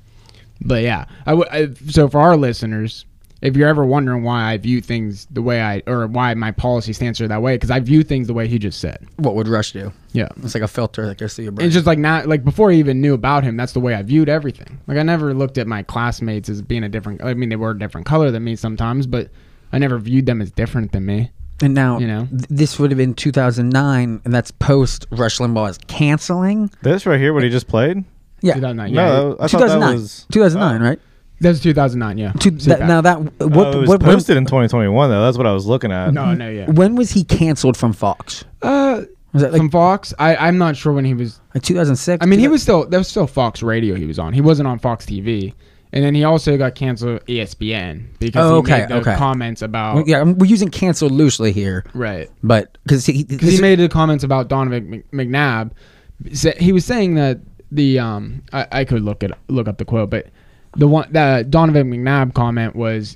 Speaker 1: But yeah, I w- I, so for our listeners, if you're ever wondering why I view things the way I or why my policy stance are that way, because I view things the way he just said.
Speaker 3: What would Rush do?
Speaker 1: Yeah,
Speaker 3: It's like a filter that goes through your brain.
Speaker 1: it's just like not like before I even knew about him. That's the way I viewed everything. Like I never looked at my classmates as being a different. I mean, they were a different color than me sometimes, but I never viewed them as different than me.
Speaker 3: and now,
Speaker 1: you know.
Speaker 3: th- this would have been 2009, and that's post Rush Limbaugh is canceling.
Speaker 4: This right here, what he just played?
Speaker 3: Yeah.
Speaker 1: 2009. Yeah,
Speaker 4: No, I thought that
Speaker 3: 2009.
Speaker 4: was. uh,
Speaker 3: 2009, right?
Speaker 1: that was 2009. Yeah.
Speaker 3: To, that,
Speaker 1: CPAC.
Speaker 3: now that
Speaker 4: Oh,
Speaker 3: what,
Speaker 4: it was
Speaker 3: what, when,
Speaker 4: posted in 2021 though. That's what I was looking at.
Speaker 1: no, no, yeah.
Speaker 3: when was he canceled from Fox?
Speaker 1: Uh,
Speaker 3: Was that like,
Speaker 1: from Fox, I, I'm not sure when he was.
Speaker 3: like 2006?
Speaker 1: I mean, he was still that was still Fox Radio. He was on. He wasn't on Fox TV. And then he also got canceled E ESPN because
Speaker 3: Oh,
Speaker 1: he
Speaker 3: okay,
Speaker 1: made those
Speaker 3: okay.
Speaker 1: comments about
Speaker 3: Yeah, I'm- we're using canceled loosely here,
Speaker 1: Oh. right.
Speaker 3: but because he, this
Speaker 1: because
Speaker 3: is-
Speaker 1: he made the comments about Donovan Mc- McNabb. Sa- He was saying that the um I, I could look at look up the quote, but the one the Donovan McNabb comment was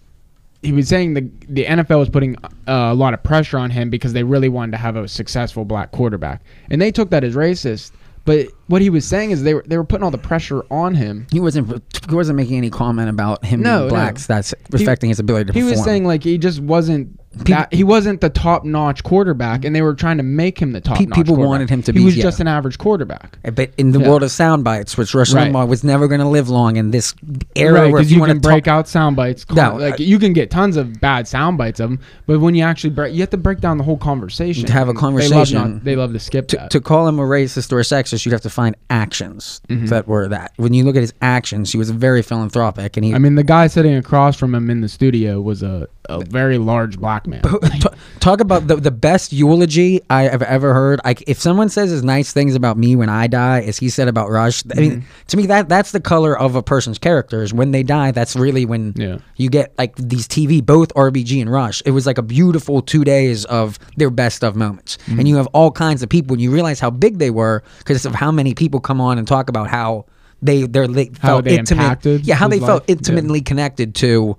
Speaker 1: he was saying the the NFL was putting uh, a lot of pressure on him because they really wanted to have a successful black quarterback, and they took that as racist. But what he was saying is they were they were putting all the pressure on him.
Speaker 3: he wasn't he wasn't making any comment about him
Speaker 1: No,
Speaker 3: being
Speaker 1: no.
Speaker 3: blacks that's affecting his ability to
Speaker 1: He
Speaker 3: perform.
Speaker 1: was saying like he just wasn't. That, he wasn't the top notch quarterback, and they were trying to make him the top. notch
Speaker 3: people wanted him to be,
Speaker 1: He was
Speaker 3: yeah.
Speaker 1: just an average quarterback.
Speaker 3: Eh, but in the
Speaker 1: Yeah.
Speaker 3: world of sound bites, which Rush
Speaker 1: Right.
Speaker 3: Limbaugh was never going to live long in this era
Speaker 1: Right,
Speaker 3: where if
Speaker 1: because
Speaker 3: you,
Speaker 1: you,
Speaker 3: want
Speaker 1: can
Speaker 3: to
Speaker 1: break out sound bites. con-
Speaker 3: No,
Speaker 1: like
Speaker 3: I-
Speaker 1: you can get tons of bad sound bites of them, but when you actually break, you have to break down the whole conversation.
Speaker 3: To have a
Speaker 1: And They love,
Speaker 3: conversation.
Speaker 1: not- they love to skip
Speaker 3: to,
Speaker 1: that.
Speaker 3: to call him a racist or a sexist, you'd have to find actions
Speaker 1: Mm-hmm.
Speaker 3: that were that. When you look at his actions, he was very philanthropic, and he
Speaker 1: I mean, the guy sitting across from him in the studio was a, a very large black man.
Speaker 3: T- talk about the, the best eulogy I have ever heard. Like if someone says as nice things about me when I die as he said about Rush, I
Speaker 1: Mm-hmm.
Speaker 3: mean, to me that that's the color of a person's character. Is when they die, that's really when
Speaker 1: Yeah.
Speaker 3: you get like these TV, both RBG and Rush. It was like a beautiful two days of their best of moments,
Speaker 1: Mm-hmm.
Speaker 3: and you have all kinds of people, and you realize how big they were because of how many people come on and talk about how they they're they felt
Speaker 1: they
Speaker 3: intimate-
Speaker 1: impacted
Speaker 3: yeah, how
Speaker 1: his
Speaker 3: they felt
Speaker 1: life. Yeah.
Speaker 3: intimately connected to.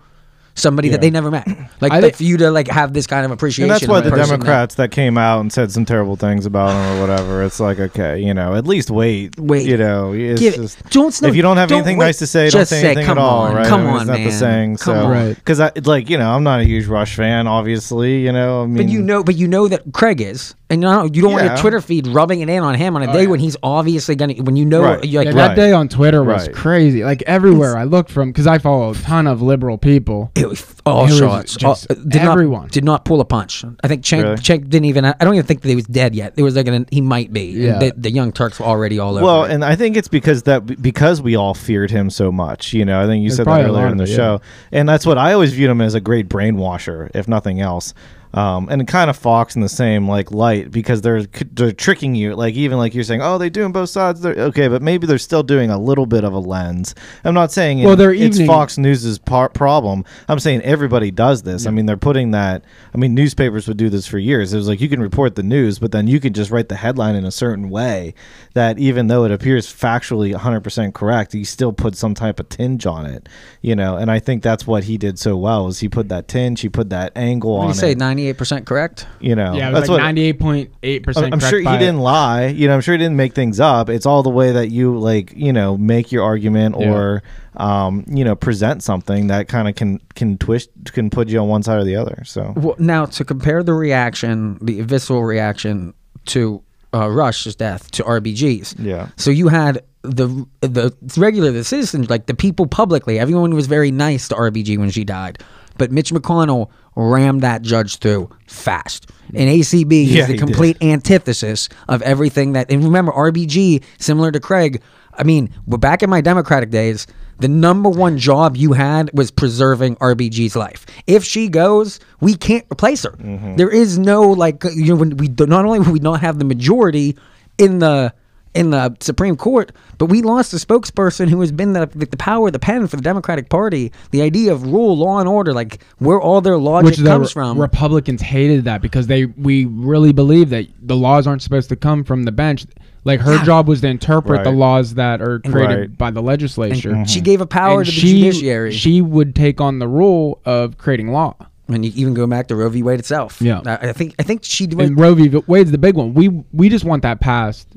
Speaker 3: Somebody that they never met, like
Speaker 1: I
Speaker 3: the-
Speaker 1: think-
Speaker 3: for you to like have this kind of appreciation.
Speaker 4: And that's
Speaker 3: of
Speaker 4: why
Speaker 3: a
Speaker 4: the
Speaker 3: person that-
Speaker 4: Democrats that came out and said some terrible things about him or whatever. It's like, okay, you know, at least wait.
Speaker 3: Wait.
Speaker 4: You know, it's
Speaker 3: Give it-
Speaker 4: just,
Speaker 3: Don't snow-
Speaker 4: if you don't have
Speaker 3: don't
Speaker 4: anything
Speaker 3: wait.
Speaker 4: nice to say,
Speaker 3: Just
Speaker 4: don't say,
Speaker 3: say,
Speaker 4: anything
Speaker 3: "Come
Speaker 4: at all,
Speaker 3: on,
Speaker 4: right?
Speaker 3: come
Speaker 4: I mean,
Speaker 3: on,
Speaker 4: it's not the
Speaker 3: man.
Speaker 4: saying.
Speaker 3: Come
Speaker 4: so,
Speaker 3: on.
Speaker 1: Right.
Speaker 4: Because, I like, you know, I'm not a huge Rush fan, obviously, you know. I mean,
Speaker 3: But you know, but you know that Craig is, and you don't, you don't want your
Speaker 4: Yeah. Oh,
Speaker 3: Twitter feed rubbing it in on him on a day when he's obviously gonna. When you know,
Speaker 4: Right.
Speaker 3: you're
Speaker 1: Yeah,
Speaker 3: like,
Speaker 1: that
Speaker 4: Right.
Speaker 1: day on Twitter was
Speaker 4: Right.
Speaker 1: crazy. Like everywhere I looked from, because I follow a ton of liberal people.
Speaker 3: It was all
Speaker 1: It was
Speaker 3: shots. All- uh,
Speaker 1: just
Speaker 3: did
Speaker 1: everyone.
Speaker 3: not did not pull a punch. I think Cenk,
Speaker 4: Really?
Speaker 3: Cenk didn't even. I don't even think that he was dead yet. It was like an, he might be. And
Speaker 1: Yeah.
Speaker 3: The, the young Turks were already all over.
Speaker 4: Well,
Speaker 3: it.
Speaker 4: and I think it's because that because we all feared him so much. You know, I think you said
Speaker 1: probably
Speaker 4: that
Speaker 1: a
Speaker 4: earlier
Speaker 1: lot
Speaker 4: in the
Speaker 1: of it,
Speaker 4: show, and that's what I always viewed him as a great brainwasher, if nothing else. Um, and kind of Fox in the same like light because they're they're tricking you. Like even like you're saying, oh, they're doing both sides. They're okay, but maybe they're still doing a little bit of a lens. I'm not saying
Speaker 1: Well,
Speaker 4: it-
Speaker 1: they're
Speaker 4: it's
Speaker 1: evening-
Speaker 4: Fox News's par- problem. I'm saying everybody does this. I mean, they're putting that. I mean, newspapers would do this for years. It was like you can report the news, but then you can just write the headline in a certain way that even though it appears factually 100% correct, you still put some type of tinge on it. You know, and I think that's what he did so well is he put that tinge, he put that angle
Speaker 3: what do
Speaker 4: on
Speaker 3: you say?
Speaker 4: it.
Speaker 3: Ninety eight percent correct.
Speaker 4: You know,
Speaker 1: Yeah, it was
Speaker 4: that's
Speaker 1: like
Speaker 4: what.
Speaker 1: ninety eight point eight
Speaker 4: I'm
Speaker 1: percent.
Speaker 4: I'm sure he didn't lie. You know, I'm sure he didn't make things up. It's all the way that you like, you know, make your argument or, um, you know, present something that kind of can can twist can put you on one side or the other. So
Speaker 3: Well, now to compare the reaction, the visceral reaction to uh, Rush's death to RBG's.
Speaker 4: Yeah.
Speaker 3: So you had the the regular the citizens like the people publicly. Everyone was very nice to RBG when she died, but Mitch McConnell rammed that judge through fast. And ACB
Speaker 4: Yeah,
Speaker 3: is
Speaker 4: he
Speaker 3: the
Speaker 4: did.
Speaker 3: complete antithesis of everything that. And remember, RBG, similar to Craig. I mean, but back in my Democratic days, the number one job you had was preserving RBG's life. If she goes, we can't replace her.
Speaker 1: Mm-hmm.
Speaker 3: There is no like uh, you know when we do, not only would we not have the majority in the in the Supreme Court, but we lost a spokesperson who has been the, the power of the pen for the Democratic Party. The idea of rule, law, and order, like where all their logic
Speaker 1: which the
Speaker 3: comes
Speaker 1: Re-
Speaker 3: from.
Speaker 1: Republicans hated that because they we really believe that the laws aren't supposed to come from the bench. Like her job was to interpret the
Speaker 4: Right.
Speaker 1: laws that are created
Speaker 4: Right.
Speaker 1: by the legislature.
Speaker 3: She gave a power
Speaker 1: And
Speaker 3: to the
Speaker 1: she,
Speaker 3: judiciary.
Speaker 1: She would take on the rule of creating law.
Speaker 3: and you even go back to Roe v. Wade itself.
Speaker 1: Yeah.
Speaker 3: I, I think I think she
Speaker 1: And
Speaker 3: went,
Speaker 1: Roe v. Wade's the big one. We we just want that passed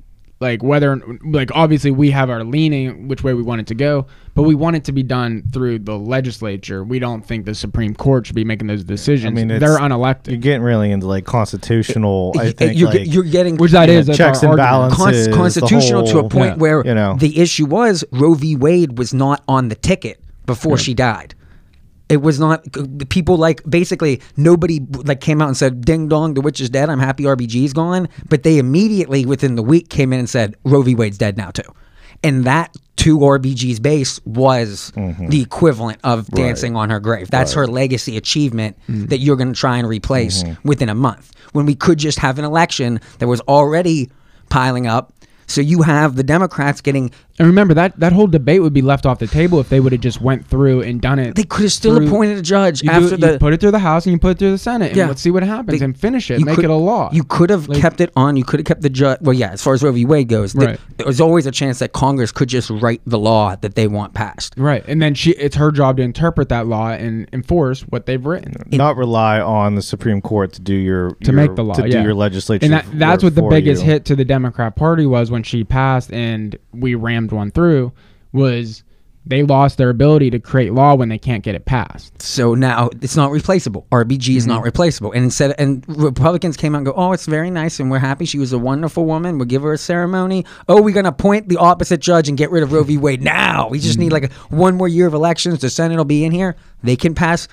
Speaker 1: like whether like obviously we have our leaning which way we want it to go but we want it to be done through the legislature we don't think the supreme court should be making those decisions
Speaker 4: mean, it's-
Speaker 1: they're unelected
Speaker 4: You're getting really into like constitutional. I think
Speaker 3: you're,
Speaker 4: like,
Speaker 3: you're getting
Speaker 1: which that
Speaker 4: you know,
Speaker 1: is that's
Speaker 4: checks
Speaker 1: our
Speaker 4: and
Speaker 1: argument.
Speaker 4: balances,
Speaker 3: cons-
Speaker 4: the
Speaker 3: constitutional to a
Speaker 4: whole-
Speaker 3: point
Speaker 1: yeah,
Speaker 3: where
Speaker 4: you know.
Speaker 3: the issue was Roe v. Wade was not on the ticket before she died. It was not the people like basically nobody like came out and said ding dong the witch is dead I'm happy RBG's gone but they immediately within the week came in and said Roe v. Wade's dead now too, and that to RBG's base was the equivalent of dancing on her grave. That's her legacy achievement
Speaker 1: Mm-hmm.
Speaker 3: that you're going to try and replace within a month when we could just have an election that was already piling up. So you have the Democrats getting
Speaker 1: and remember that that whole debate would be left off the table if they would have just went through and done it
Speaker 3: they could have still
Speaker 1: through-
Speaker 3: appointed a judge
Speaker 1: you do-
Speaker 3: after
Speaker 1: you
Speaker 3: the
Speaker 1: put it through the house and you put it through the senate and
Speaker 3: Yeah.
Speaker 1: let's see what happens
Speaker 3: They-
Speaker 1: and finish it
Speaker 3: you
Speaker 1: make
Speaker 3: could-
Speaker 1: it a law
Speaker 3: You could have
Speaker 1: Like-
Speaker 3: kept it on. You could have kept the judge. Well, yeah, as far as Roe v. Wade goes, the-
Speaker 1: Right.
Speaker 3: there's always a chance that Congress could just write the law that they want passed.
Speaker 1: right and then she it's her job to interpret that law and enforce what they've written
Speaker 4: not rely on the Supreme Court to do your
Speaker 1: to
Speaker 4: your-
Speaker 1: make the law
Speaker 4: to do
Speaker 1: yeah.
Speaker 4: your legislature.
Speaker 1: and that,
Speaker 4: f-
Speaker 1: that's
Speaker 4: work
Speaker 1: what the
Speaker 4: for
Speaker 1: biggest
Speaker 4: you.
Speaker 1: hit to the democrat party was when she passed and we rammed one through was they lost their ability to create law when they can't get it passed
Speaker 3: So now it's not replaceable. RBG is
Speaker 1: Mm-hmm.
Speaker 3: not replaceable. And instead, and Republicans came out and go, "Oh, it's very nice, and we're happy. She was a wonderful woman. We'll give her a ceremony. Oh, we're gonna appoint the opposite judge and get rid of Roe v. Wade now. We just
Speaker 1: Mm-hmm.
Speaker 3: need like a, one more year of elections. The Senate will be in here. They can pass.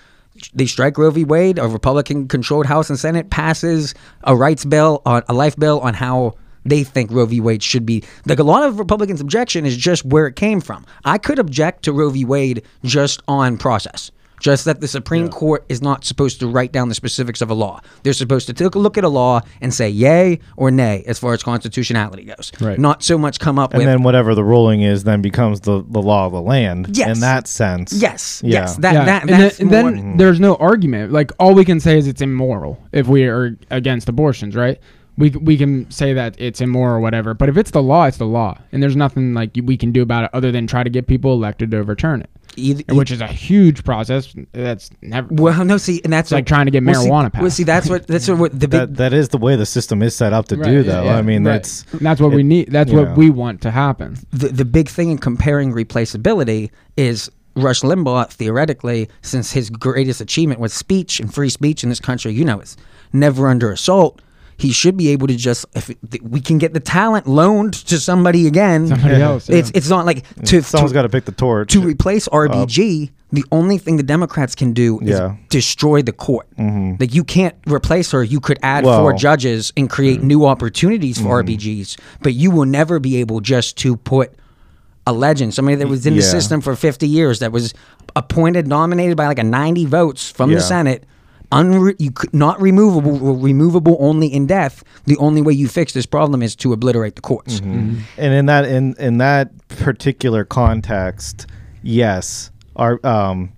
Speaker 3: They strike Roe v. Wade. A Republican-controlled House and Senate passes a rights bill on a life bill on how." They think Roe v. Wade should be like a lot of Republicans' objection is just where it came from. I could object to Roe v. Wade just on process just that the Supreme Court is not supposed to write down the specifics of a law. They're supposed to take a look at a law and say yay or nay as far as constitutionality goes.
Speaker 1: Right.
Speaker 3: Not so much come up
Speaker 4: and
Speaker 3: with
Speaker 4: then whatever the ruling is, then becomes the, the law of the land.
Speaker 3: Yes.
Speaker 4: in that sense.
Speaker 3: yes,
Speaker 4: Yeah.
Speaker 3: yes, that, that
Speaker 1: and then,
Speaker 3: that's
Speaker 1: and
Speaker 3: more-
Speaker 1: then there's no argument like all we can say is it's immoral if we are against abortions right we, we can say that it's immoral or whatever but if it's the law it's the law and there's nothing like we can do about it other than try to get people elected to overturn it
Speaker 3: Either-
Speaker 1: which is a huge process that's never
Speaker 3: Well, no, see, and that's
Speaker 1: like trying to get
Speaker 3: well, see-
Speaker 1: marijuana
Speaker 3: Well,
Speaker 1: passed.
Speaker 3: see, that's what that's what the big
Speaker 4: that that is the way the system is set up to
Speaker 1: Right,
Speaker 4: do,
Speaker 1: yeah,
Speaker 4: though.
Speaker 1: yeah,
Speaker 4: I mean,
Speaker 1: right.
Speaker 4: that's
Speaker 1: And that's what we
Speaker 4: it-
Speaker 1: need that's
Speaker 4: you
Speaker 1: what
Speaker 4: know.
Speaker 1: we want to happen
Speaker 3: the, the big thing in comparing replaceability is Rush Limbaugh theoretically, since his greatest achievement was speech and free speech in this country, you know, it's never under assault. He should be able to just if it- we can get the talent loaned to somebody again.
Speaker 1: Somebody else, yeah.
Speaker 3: It's it's not like to
Speaker 4: someone's
Speaker 3: to-
Speaker 4: got to pick the torch.
Speaker 3: to replace
Speaker 4: Uh,
Speaker 3: RBG, the only thing the Democrats can do is
Speaker 4: Yeah. Mm-hmm.
Speaker 3: destroy the court. Like you can't replace her. You could add
Speaker 4: Well- mm-hmm.
Speaker 3: four judges and create new opportunities for RBGs, but you will never be able just to put a legend, somebody that was in the
Speaker 4: Yeah.
Speaker 3: system for 50 years, that was appointed, nominated by like a 90 votes from the
Speaker 4: Yeah.
Speaker 3: Senate. Unre- you could not removable, or removable only in death. The only way you fix this problem is to obliterate the courts.
Speaker 4: and in that in in that particular context, yes, our um,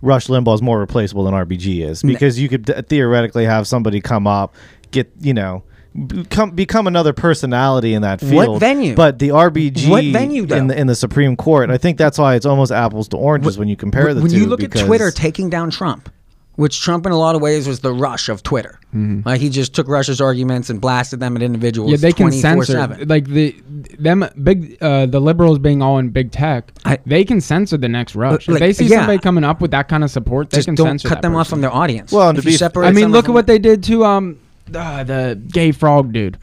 Speaker 4: Rush Limbaugh is more replaceable than RBG is because you could th- theoretically have somebody come up, get you know. Become, become another personality in that
Speaker 3: What
Speaker 4: field.
Speaker 3: venue?
Speaker 4: But the RBG
Speaker 3: What venue, though?
Speaker 4: in the in the Supreme Court. I think that's why it's almost apples to oranges when you compare the
Speaker 3: when
Speaker 4: two.
Speaker 3: you look at
Speaker 4: because-
Speaker 3: Twitter taking down Trump, which Trump in a lot of ways was the rush of Twitter.
Speaker 4: Mm-hmm.
Speaker 3: Like he just took Russia's arguments and blasted them at individuals.
Speaker 1: yeah they can
Speaker 3: 24/7.
Speaker 1: censor like the them big uh the liberals being all in big tech
Speaker 3: I-
Speaker 1: they can censor the next rush
Speaker 3: like,
Speaker 1: if they see
Speaker 3: yeah.
Speaker 1: somebody coming up with that kind of support they
Speaker 3: Just
Speaker 1: can
Speaker 3: don't
Speaker 1: censor
Speaker 3: cut
Speaker 1: that
Speaker 3: them off
Speaker 1: person.
Speaker 3: from their audience.
Speaker 4: Well, and
Speaker 3: If
Speaker 4: to
Speaker 3: you
Speaker 4: be-
Speaker 3: separate
Speaker 1: i mean
Speaker 3: someone
Speaker 1: look at
Speaker 3: from
Speaker 1: what they did to um uh, the gay frog dude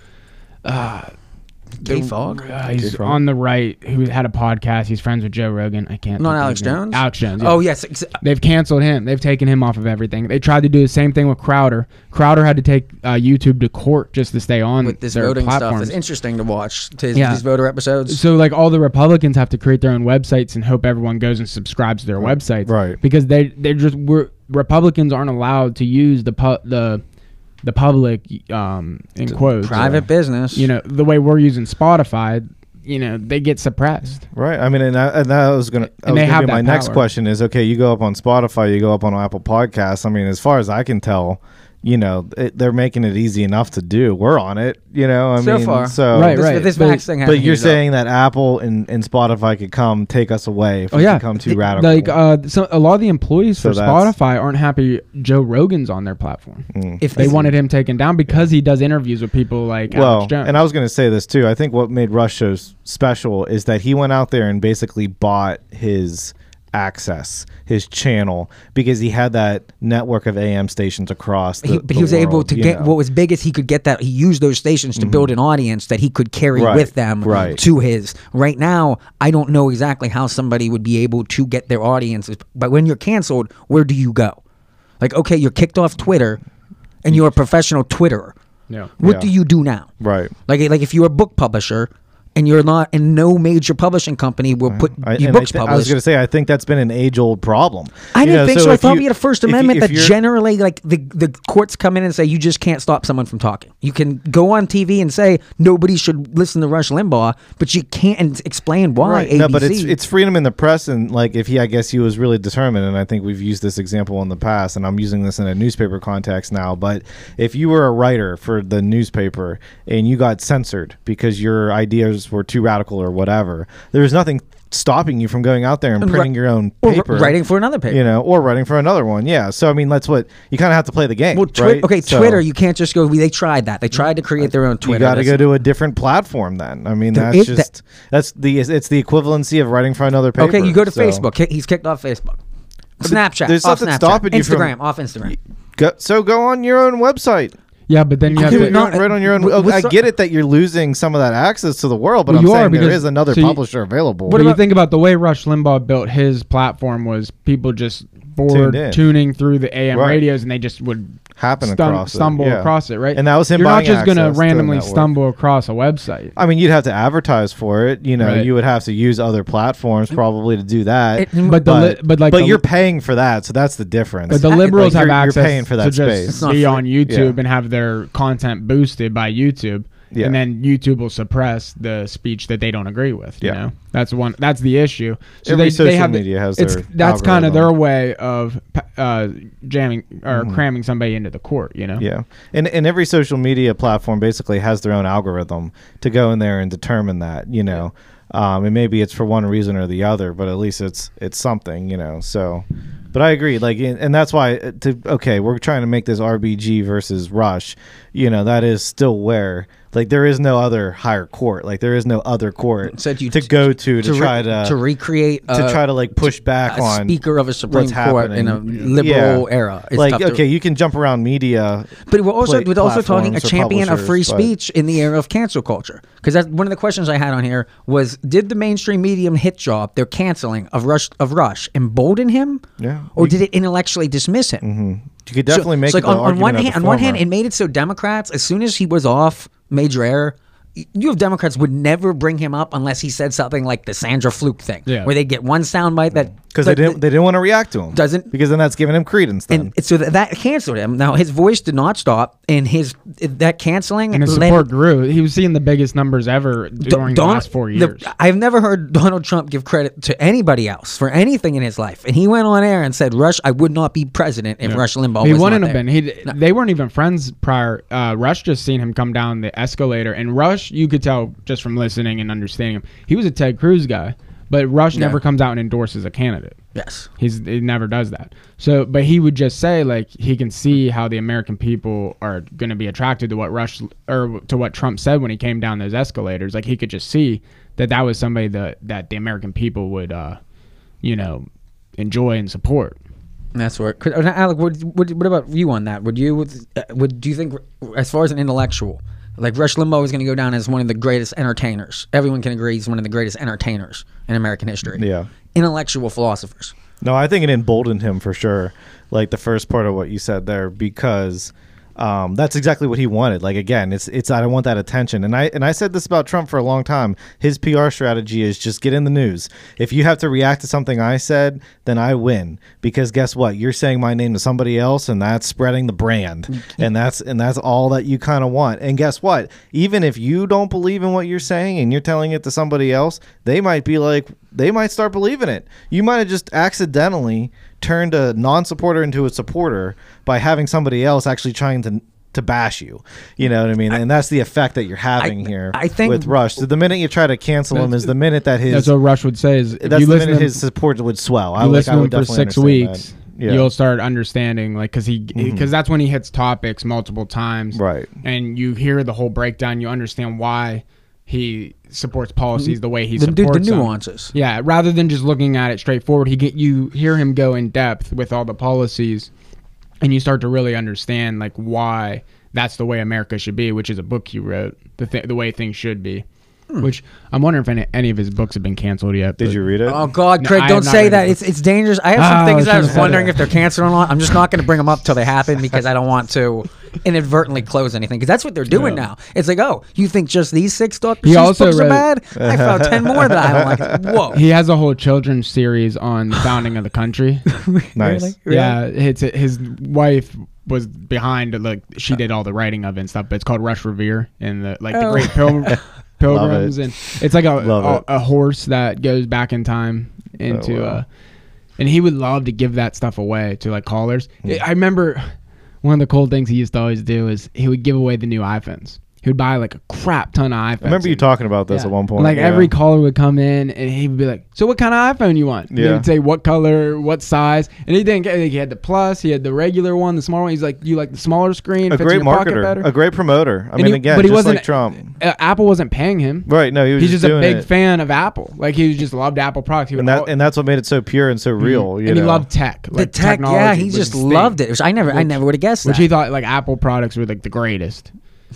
Speaker 3: Gay Fog.
Speaker 1: uh, he's
Speaker 4: Frog?
Speaker 1: on the right who had a podcast he's friends with joe rogan i can't think
Speaker 3: Not
Speaker 1: of
Speaker 3: Alex
Speaker 1: his name.
Speaker 3: Jones.
Speaker 1: alex jones yeah.
Speaker 3: Oh yes, ex-
Speaker 1: They've canceled him. They've taken him off of everything. They tried to do the same thing with Crowder. Crowder had to take uh, YouTube to court just to stay on
Speaker 3: with this
Speaker 1: their
Speaker 3: voting stuff
Speaker 1: platforms.
Speaker 3: is interesting to watch. to
Speaker 1: Yeah.
Speaker 3: These voter episodes.
Speaker 1: so like all the Republicans have to create their own websites and hope everyone goes and subscribes to their websites,
Speaker 4: right.
Speaker 1: Because they they just we're, Republicans aren't allowed to use the pu- the the public um in quotes
Speaker 3: Private business.
Speaker 1: You know the way we're using Spotify, you know they get suppressed.
Speaker 4: Right. I mean, and, I, and that was going to
Speaker 1: And they have
Speaker 4: be my
Speaker 1: that
Speaker 4: next
Speaker 1: power.
Speaker 4: question is okay, you go up on Spotify, you go up on Apple Podcasts. I mean, as far as I can tell, you know, it, they're making it easy enough to do. We're on it, you know. I
Speaker 3: So
Speaker 4: mean,
Speaker 3: far.
Speaker 4: so
Speaker 1: Right,
Speaker 3: this,
Speaker 1: right.
Speaker 3: this
Speaker 1: But-
Speaker 3: vax thing
Speaker 4: But
Speaker 3: happened
Speaker 4: you're
Speaker 3: years
Speaker 4: saying that Apple and, and Spotify could come take us away if
Speaker 1: Oh
Speaker 4: we
Speaker 1: yeah,
Speaker 4: become too
Speaker 1: Th-
Speaker 4: radical.
Speaker 1: Like uh, so a lot of the employees
Speaker 4: So
Speaker 1: for
Speaker 4: that's-
Speaker 1: Spotify aren't happy Joe Rogan's on their platform.
Speaker 4: Mm.
Speaker 1: If they wanted him taken down because he does interviews with people like
Speaker 4: well,
Speaker 1: Alex Jones.
Speaker 4: and I was going to say this too. I think what made Rush so s- special is that he went out there and basically bought his access, his channel, because he had that network of AM stations across. The,
Speaker 3: He, but he
Speaker 4: the
Speaker 3: was able
Speaker 4: world,
Speaker 3: to
Speaker 4: you
Speaker 3: get
Speaker 4: know. Mm-hmm.
Speaker 3: what was big as he could get that. He used those stations to build an audience that he could carry
Speaker 4: Right,
Speaker 3: with them
Speaker 4: right.
Speaker 3: to his. Right now, I don't know exactly how somebody would be able to get their audiences. But when you're canceled, where do you go? Like, okay, you're kicked off Twitter, and you're a professional Twitterer.
Speaker 1: yeah.
Speaker 3: What
Speaker 4: Yeah.
Speaker 3: do you do now?
Speaker 4: Right.
Speaker 3: Like, like if you're a book publisher and you're not, and no major publishing company will put
Speaker 4: I,
Speaker 3: your
Speaker 4: and
Speaker 3: books
Speaker 4: I, thi- I was
Speaker 3: published.
Speaker 4: going to say, I think that's been an age-old problem.
Speaker 3: I
Speaker 4: You
Speaker 3: didn't
Speaker 4: know,
Speaker 3: think so. I
Speaker 4: if
Speaker 3: thought
Speaker 4: you-
Speaker 3: we had a First
Speaker 4: if you-
Speaker 3: Amendment
Speaker 4: if
Speaker 3: that
Speaker 4: you're-
Speaker 3: generally, like the the courts come in and say you just can't stop someone from talking. You can go on TV and say nobody should listen to Rush Limbaugh, but you can't and explain why. ABC.
Speaker 4: No, but it's it's freedom in the press, and like if he, I guess he was really determined, and I think we've used this example in the past, and I'm using this in a newspaper context now. But if you were a writer for the newspaper and you got censored because your ideas were too radical or whatever, there's nothing stopping you from going out there and
Speaker 3: And ri-
Speaker 4: printing your own
Speaker 3: or
Speaker 4: paper,
Speaker 3: writing for another paper.
Speaker 4: you know, or writing for another one. Yeah. So I mean, that's what you kind of have to play the game.
Speaker 3: well, twi-
Speaker 4: right?
Speaker 3: okay,
Speaker 4: So
Speaker 3: Twitter. You can't just go. we- They tried that. They tried to create their own Twitter.
Speaker 4: you got to
Speaker 3: That's-
Speaker 4: go to a different platform then. I mean,
Speaker 3: There
Speaker 4: that's
Speaker 3: is
Speaker 4: just
Speaker 3: that-
Speaker 4: that's the it's the equivalency of writing for another paper.
Speaker 3: okay, you go to
Speaker 4: so-
Speaker 3: Facebook. Ki- He's kicked off Facebook. Snapchat.
Speaker 4: there's
Speaker 3: off
Speaker 4: nothing
Speaker 3: Snapchat.
Speaker 4: stopping you from-
Speaker 3: Instagram off Instagram.
Speaker 4: Go, so go on your own website.
Speaker 1: yeah, but then you have
Speaker 4: Do
Speaker 1: to
Speaker 4: it not, right on your own.
Speaker 3: with-
Speaker 4: oh,
Speaker 3: with
Speaker 4: I
Speaker 3: so-
Speaker 4: get it that you're losing some of that access to the world, but
Speaker 1: Well, you
Speaker 4: I'm
Speaker 1: are,
Speaker 4: saying there
Speaker 1: because-
Speaker 4: is another
Speaker 1: so you-
Speaker 4: publisher available.
Speaker 1: But you think about the way Rush Limbaugh built his platform was people just bored
Speaker 4: Tuned in.
Speaker 1: tuning through the AM
Speaker 4: Right.
Speaker 1: radios and they just would
Speaker 4: Happen
Speaker 1: stum-
Speaker 4: across it,
Speaker 1: stumble
Speaker 4: yeah.
Speaker 1: across it, right?
Speaker 4: And that was him
Speaker 1: You're not
Speaker 4: buying
Speaker 1: just
Speaker 4: access to the
Speaker 1: randomly
Speaker 4: network.
Speaker 1: stumble across a website.
Speaker 4: I mean, you'd have to advertise for it. You know,
Speaker 1: Right.
Speaker 4: you would have to use other platforms probably to do that.
Speaker 3: It-
Speaker 1: Mm. But the li- but like the-
Speaker 4: you're paying for that, so that's the difference.
Speaker 1: But the
Speaker 4: Like,
Speaker 1: liberals have
Speaker 4: you're,
Speaker 1: access
Speaker 4: You're paying for that
Speaker 1: to just
Speaker 4: space.
Speaker 3: not
Speaker 1: be
Speaker 3: free.
Speaker 1: on YouTube
Speaker 4: Yeah.
Speaker 1: and have their content boosted by YouTube,
Speaker 4: Yeah.
Speaker 1: and then YouTube will suppress the speech that they don't agree with. You
Speaker 4: Yeah.
Speaker 1: know, that's one. That's the issue. So
Speaker 4: Every
Speaker 1: they,
Speaker 4: social
Speaker 1: they have the-
Speaker 4: media has
Speaker 1: it's,
Speaker 4: their
Speaker 1: that's kind of
Speaker 4: algorithm.
Speaker 1: their
Speaker 4: Mm-hmm.
Speaker 1: way of uh, jamming or cramming somebody into the court. You know,
Speaker 4: Yeah, and and every social media platform basically has their own algorithm to go in there and determine that. You know, um, and maybe it's for one reason or the other, but at least it's it's something. You know, so. But I agree, like, and and that's why uh, to okay, we're trying to make this RBG versus Rush. You know, that is still where like there is no other higher court, like there is no other court
Speaker 3: Said you
Speaker 4: to
Speaker 3: t-
Speaker 4: go to to
Speaker 3: re-
Speaker 4: try to
Speaker 3: to recreate
Speaker 4: to
Speaker 3: uh,
Speaker 4: try to like push back
Speaker 3: a
Speaker 4: on
Speaker 3: speaker of a Supreme
Speaker 4: what's
Speaker 3: Court in a
Speaker 4: happening.
Speaker 3: liberal era. It's
Speaker 4: like
Speaker 3: tough to-
Speaker 4: okay, you can jump around media,
Speaker 3: But we're also
Speaker 4: pla-
Speaker 3: we're also talking a
Speaker 4: platforms or
Speaker 3: champion of
Speaker 4: publishers,
Speaker 3: free
Speaker 4: but-
Speaker 3: speech in the era of cancel culture because that's one of the questions I had on here was did the mainstream medium hit job their canceling of Rush of Rush embolden him
Speaker 4: Yeah.
Speaker 3: or did it intellectually dismiss him
Speaker 4: You could definitely
Speaker 3: so,
Speaker 4: make
Speaker 3: it's like
Speaker 4: the
Speaker 3: on, on
Speaker 4: argument
Speaker 3: one
Speaker 4: of the
Speaker 3: hand on one hand
Speaker 4: former.
Speaker 3: it made it so Democrats as soon as he was off major error y- you have Democrats would never bring him up unless he said something like the Sandra Fluke thing
Speaker 1: Yeah.
Speaker 3: where they get one soundbite that
Speaker 4: because Mm. they
Speaker 3: but-
Speaker 4: didn't they didn't want to react to him.
Speaker 3: Doesn't-
Speaker 4: because then that's giving him credence. Then
Speaker 3: and so that, that canceled him. Now his voice did not stop, and his that canceling
Speaker 1: and his
Speaker 3: led-
Speaker 1: support grew. He was seeing the biggest numbers ever
Speaker 3: Do-
Speaker 1: during the
Speaker 3: Donald-
Speaker 1: last four
Speaker 3: the-
Speaker 1: years.
Speaker 3: I've never heard Donald Trump give credit to anybody else for anything in his life, and he went on air and said, "Rush, I would not be president if Rush Limbaugh
Speaker 1: he
Speaker 3: was
Speaker 1: wouldn't
Speaker 3: not
Speaker 1: have been.
Speaker 3: there."
Speaker 1: He they weren't even friends prior. Uh, Rush just seen him come down the escalator, and Rush, you could tell just from listening and understanding him, he was a Ted Cruz guy. But Rush never comes out and endorses a candidate.
Speaker 3: Yes.
Speaker 1: He's he never does that. So, but he would just say like he can see how the American people are going to be attracted to what Rush or to what Trump said when he came down those escalators. Like he could just see that that was somebody that that the American people would, uh, you know, enjoy and support.
Speaker 3: That's where. could- and Alec, what, what, what about you on that? Would you would, uh, would do you think as far as an intellectual? Like Rush Limbaugh is going to go down as one of the greatest entertainers. Everyone can agree he's one of the greatest entertainers in American history.
Speaker 4: Yeah.
Speaker 3: intellectual philosophers.
Speaker 4: No, I think it emboldened him for sure. Like the first part of what you said there, because um, that's exactly what he wanted. Like again, it's it's I don't want that attention. And I and I said this about Trump for a long time. His PR strategy is just get in the news. If you have to react to something I said, then I win. Because guess what? You're saying my name to somebody else, and that's spreading the
Speaker 1: Mm,
Speaker 4: brand. And that's and that's all that you kind of want. And guess what? Even if you don't believe in what you're saying and you're telling it to somebody else, they might be like they might start believing it. You might have just accidentally turned a non-supporter into a supporter by having somebody else actually trying to to bash you. You know what I mean? and that's the effect that you're having here.
Speaker 3: I think-
Speaker 4: with Rush, so the minute you try to cancel him is the minute that his
Speaker 1: That's what Rush would say is if
Speaker 4: that's
Speaker 1: you
Speaker 4: the
Speaker 1: listen
Speaker 4: minute
Speaker 1: to
Speaker 4: his support would swell. I,
Speaker 1: you
Speaker 4: like,
Speaker 1: listen
Speaker 4: I
Speaker 1: to
Speaker 4: would
Speaker 1: him for
Speaker 4: definitely
Speaker 1: six
Speaker 4: understand
Speaker 1: weeks,
Speaker 4: that. Yeah. Mm-hmm.
Speaker 1: you'll start understanding, like, because he, because that's when he hits topics multiple times,
Speaker 4: Right.
Speaker 1: And you hear the whole breakdown, you understand why he supports
Speaker 4: Mm-hmm.
Speaker 1: policies the way he
Speaker 3: The, dude, the
Speaker 1: supports them.
Speaker 3: nuances.
Speaker 1: Yeah, rather than just looking at it straightforward, he get you hear him go in depth with all the policies, and you start to really understand like why that's the way America should be, which is a book he wrote, the th- the way things should be. Which I'm wondering if any, any of his books have been canceled yet.
Speaker 4: Hmm. Did
Speaker 1: but-
Speaker 4: you read it?
Speaker 3: Oh God,
Speaker 1: No,
Speaker 3: Craig!
Speaker 1: I have
Speaker 3: don't
Speaker 1: not
Speaker 3: say
Speaker 1: read
Speaker 3: that.
Speaker 1: it.
Speaker 3: It's it's dangerous. I have some
Speaker 1: Ah, I
Speaker 3: things
Speaker 1: was
Speaker 3: that I was
Speaker 1: gonna say
Speaker 3: wondering
Speaker 1: that.
Speaker 3: if they're cancer or not. I'm just not going to bring them up till they happen because I don't want to inadvertently close anything. Because that's what they're doing now. It's like, oh, you think just these six Dr.
Speaker 1: He
Speaker 3: Seuss
Speaker 1: also
Speaker 3: books are
Speaker 1: wrote-
Speaker 3: bad? I found ten more that I don't like. Whoa!
Speaker 1: He has a whole children's series on the founding of the country.
Speaker 4: nice.
Speaker 1: Yeah, it's his wife was behind like she did all the writing of it and stuff. But it's called Rush Revere and the like the Great Pilgrim, Pilgrims
Speaker 4: it.
Speaker 1: and it's like a a,
Speaker 4: Love Oh,
Speaker 1: a horse that goes back in time into.
Speaker 4: wow.
Speaker 1: uh, and he would love to give that stuff away to like callers. I remember one of the cool things he used to always do is he would give away the new iPhones. He would buy like a crap ton of iPhones.
Speaker 4: I remember you
Speaker 1: and-
Speaker 4: talking about this
Speaker 1: yeah.
Speaker 4: at one point.
Speaker 1: Like
Speaker 4: yeah.
Speaker 1: every caller would come in and he would be like, "So what kind of iPhone you want?" And They
Speaker 4: Yeah.
Speaker 1: would say what color, what size, and he didn't. get- He had the plus, he had the regular one, the smaller one. He's like, "You like the smaller screen?
Speaker 4: a
Speaker 1: fits in
Speaker 4: great
Speaker 1: your pocket
Speaker 4: marketer,
Speaker 1: better?"
Speaker 4: a great promoter. I
Speaker 1: And
Speaker 4: mean,
Speaker 1: he-
Speaker 4: again,
Speaker 1: but he
Speaker 4: just
Speaker 1: wasn't-
Speaker 4: like Trump.
Speaker 1: Uh, Apple wasn't paying him.
Speaker 4: Right? No, he was
Speaker 1: He's just, a
Speaker 4: doing
Speaker 1: big
Speaker 4: it.
Speaker 1: fan of Apple. Like he just loved Apple products. He would
Speaker 4: and that
Speaker 1: al-
Speaker 4: and that's what made it so pure and so real.
Speaker 1: Mm-hmm.
Speaker 4: You
Speaker 1: and he
Speaker 4: know?
Speaker 1: loved tech.
Speaker 3: The
Speaker 1: Like
Speaker 3: tech,
Speaker 1: technology
Speaker 3: yeah, he
Speaker 1: was
Speaker 3: just
Speaker 1: his thing,
Speaker 3: loved it. Which I never, I never would have guessed
Speaker 1: Which
Speaker 3: that.
Speaker 1: he thought like Apple products were like the greatest.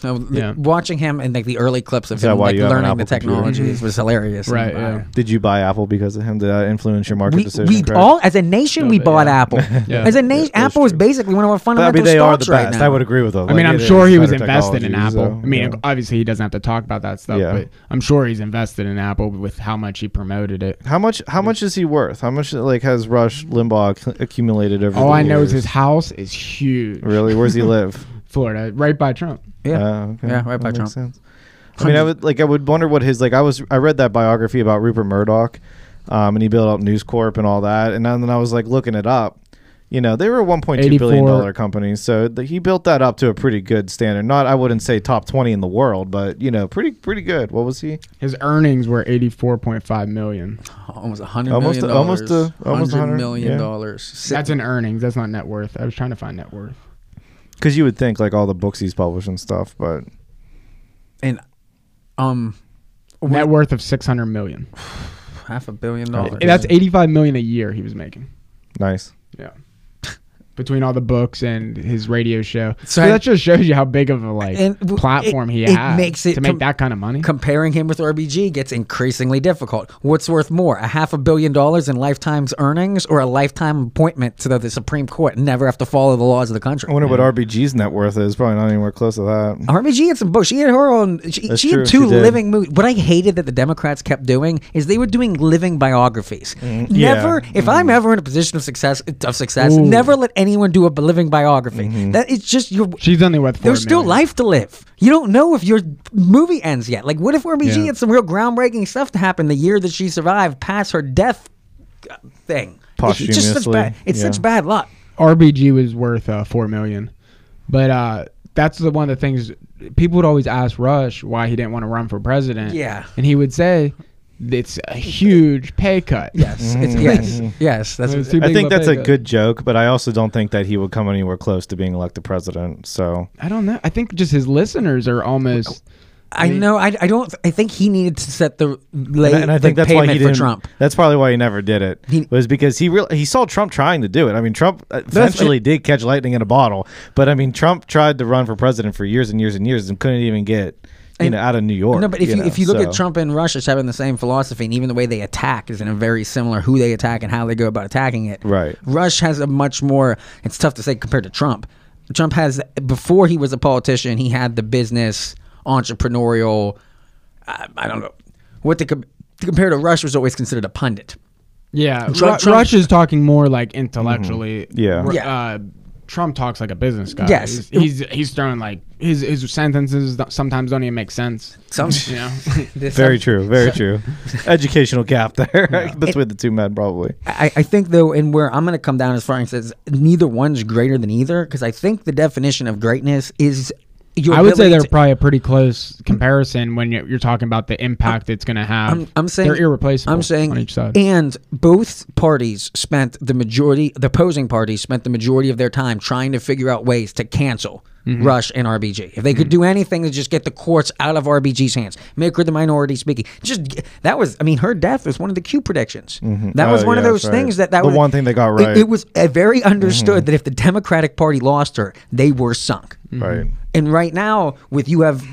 Speaker 3: No, th-
Speaker 1: Yeah.
Speaker 3: Watching him and like the early clips of
Speaker 4: that
Speaker 3: him
Speaker 4: why
Speaker 3: like
Speaker 4: you have an
Speaker 3: learning the
Speaker 4: Apple computer?
Speaker 3: technologies was hilarious.
Speaker 1: Right.
Speaker 3: And, uh,
Speaker 1: Yeah.
Speaker 4: Did you buy Apple because of him? Did that influence your market
Speaker 3: We,
Speaker 4: decision?
Speaker 3: we
Speaker 4: Craig?
Speaker 3: all as a nation we
Speaker 1: bit,
Speaker 3: bought
Speaker 1: yeah.
Speaker 3: Apple
Speaker 1: Yeah.
Speaker 3: as a nation
Speaker 4: that's
Speaker 3: Apple is
Speaker 4: true.
Speaker 3: basically one of our
Speaker 4: But, I
Speaker 3: fundamental
Speaker 4: mean, they are the
Speaker 3: stocks right
Speaker 4: best.
Speaker 3: now.
Speaker 4: I would agree with them.
Speaker 1: I mean,
Speaker 4: Like,
Speaker 1: I'm
Speaker 4: it
Speaker 1: sure
Speaker 4: is
Speaker 1: he was
Speaker 4: better
Speaker 1: invested in
Speaker 4: technology,
Speaker 1: Apple.
Speaker 4: so,
Speaker 1: I mean,
Speaker 4: yeah.
Speaker 1: obviously he doesn't have to talk about that stuff,
Speaker 4: Yeah.
Speaker 1: but I'm sure he's invested in Apple with how much he promoted it.
Speaker 4: how much? How much is he worth? How much like has Rush Limbaugh acc- accumulated over?
Speaker 1: All
Speaker 4: the
Speaker 1: I know is
Speaker 4: years?
Speaker 1: his house is huge.
Speaker 4: Really, where's he live?
Speaker 1: Florida, right by Trump.
Speaker 3: Yeah.
Speaker 4: Oh, okay.
Speaker 3: Yeah, right by
Speaker 4: That makes
Speaker 3: Trump.
Speaker 4: sense. I mean, I would like I would wonder what his like. I was I read that biography about Rupert Murdoch, um, and he built up News Corp and all that, and then I was like looking it up. You know, they were a one point two billion
Speaker 1: 84
Speaker 4: dollar company, so th- he built that up to a pretty good standard. Not I wouldn't say top twenty in the world, but you know, pretty pretty good. What was he?
Speaker 1: His earnings were 84.5 million.
Speaker 3: almost a hundred
Speaker 4: Almost
Speaker 3: million
Speaker 4: a- almost
Speaker 3: dollars.
Speaker 4: a- almost a
Speaker 3: hundred
Speaker 4: hundred,
Speaker 3: million
Speaker 4: yeah.
Speaker 3: dollars. Si-
Speaker 1: That's in earnings. That's not net worth. I was trying to find net worth.
Speaker 4: Because you would think like all the books he's published and stuff, but
Speaker 3: and um
Speaker 1: Net worth of 600 million.
Speaker 3: half a billion dollars.
Speaker 1: That's 85 million a year he was making.
Speaker 4: nice.
Speaker 1: Yeah. Between all the books and his radio show, so,
Speaker 3: So I-
Speaker 1: that just shows you how big of a like
Speaker 3: And w-
Speaker 1: platform he
Speaker 3: it- it
Speaker 1: had
Speaker 3: makes it
Speaker 1: to make
Speaker 3: com-
Speaker 1: that kind of money.
Speaker 3: comparing him with RBG gets increasingly difficult. What's worth more, a half a billion dollars in lifetime's earnings or a lifetime appointment to the, the Supreme Court and never have to follow the laws of the country?
Speaker 4: I wonder what RBG's net worth is. Probably not anywhere close to that.
Speaker 3: RBG had some books. She had her own. She,
Speaker 4: That's
Speaker 3: she
Speaker 4: true,
Speaker 3: had two
Speaker 4: she did.
Speaker 3: living movies. What I hated that the Democrats kept doing is they were doing living biographies. Never.
Speaker 4: Mm-hmm. yeah.
Speaker 3: If I'm ever in a position of success, of success, never let anyone do a b- living biography.
Speaker 4: Mm-hmm.
Speaker 3: That it's just you're.
Speaker 1: She's only worth. 4
Speaker 3: There's still
Speaker 1: million.
Speaker 3: life to live. You don't know if your movie ends yet. Like, what if RBG
Speaker 1: Yeah.
Speaker 3: had some real groundbreaking stuff to happen the year that she survived past her death uh, thing? It's just such
Speaker 4: Posthumously,
Speaker 3: bad. It's
Speaker 4: yeah.
Speaker 3: such bad luck.
Speaker 1: RBG was worth uh, four million, but uh, that's the one of the things people would always ask Rush why he didn't want to run for president.
Speaker 3: Yeah.
Speaker 1: and he would say it's a huge pay cut.
Speaker 3: Yes. It's,
Speaker 4: Mm-hmm.
Speaker 3: yes. Yes. That's.
Speaker 1: It's too
Speaker 4: I
Speaker 1: big
Speaker 4: think
Speaker 1: of a
Speaker 4: that's
Speaker 1: pay
Speaker 4: a
Speaker 1: cut.
Speaker 4: good joke, but I also don't think that he would come anywhere close to being elected president. So
Speaker 1: I don't know. I think just his listeners are almost.
Speaker 3: I know. I, I don't. I think he needed to set the lay,
Speaker 4: and, I- and I think
Speaker 3: the
Speaker 4: that's why he
Speaker 3: payment for
Speaker 4: didn't.
Speaker 3: Trump.
Speaker 4: That's probably why he never did it.
Speaker 3: He-
Speaker 4: was because he really he saw Trump trying to do it. I mean, Trump eventually did catch lightning in a bottle, but I mean, Trump tried to run for president for years and years and years and couldn't even get you
Speaker 3: And-
Speaker 4: know out of New York.
Speaker 3: No, but if you,
Speaker 4: know,
Speaker 3: if you look at
Speaker 4: so.
Speaker 3: Trump and Russia, it's having the same philosophy, and even the way they attack is in a very similar who they attack and how they go about attacking it.
Speaker 4: Right.
Speaker 3: Rush has a much more. It's tough to say compared to Trump. Trump has before he was a politician, he had the business entrepreneurial. I, I don't know what the com- to compare to Rush was always considered a pundit.
Speaker 1: Yeah, Ru-
Speaker 3: Trump- Trump-
Speaker 1: Rush is talking more like intellectually.
Speaker 4: Yeah.
Speaker 1: r-
Speaker 3: Yeah.
Speaker 1: Uh, Trump talks like a business guy. he's
Speaker 3: Yes.
Speaker 1: he's, he's throwing like his his sentences don't- sometimes don't even make sense.
Speaker 3: Some-
Speaker 1: you know,
Speaker 4: Very true. Very true. Educational gap there between the two men, probably.
Speaker 3: I, I think though, and where I'm going to come down as far as says, neither one's greater than either, because I think the definition of greatness is your.
Speaker 1: I would say
Speaker 3: ability
Speaker 1: they're
Speaker 3: to-
Speaker 1: probably a pretty close comparison when you're, you're talking about the impact it's going to have.
Speaker 3: I'm, I'm saying
Speaker 1: they're irreplaceable.
Speaker 3: I'm saying
Speaker 1: on each side.
Speaker 3: and both parties spent the majority, the opposing parties spent the majority of their time trying to figure out ways to cancel
Speaker 1: Mm-hmm.
Speaker 3: Rush and RBG. If they could do anything to just get the courts out of RBG's hands, make her the minority speaking. Just g- that was, I mean, her death was one of the Q predictions. That was
Speaker 4: Oh,
Speaker 3: one of
Speaker 4: yeah,
Speaker 3: those
Speaker 4: that's right.
Speaker 3: things that that
Speaker 4: The
Speaker 3: was
Speaker 4: one thing they got
Speaker 3: it-
Speaker 4: right. Mm-hmm.
Speaker 3: It, was uh, very understood that if the Democratic Party lost her, they were sunk.
Speaker 1: Mm-hmm.
Speaker 4: Right.
Speaker 3: And right now, with you have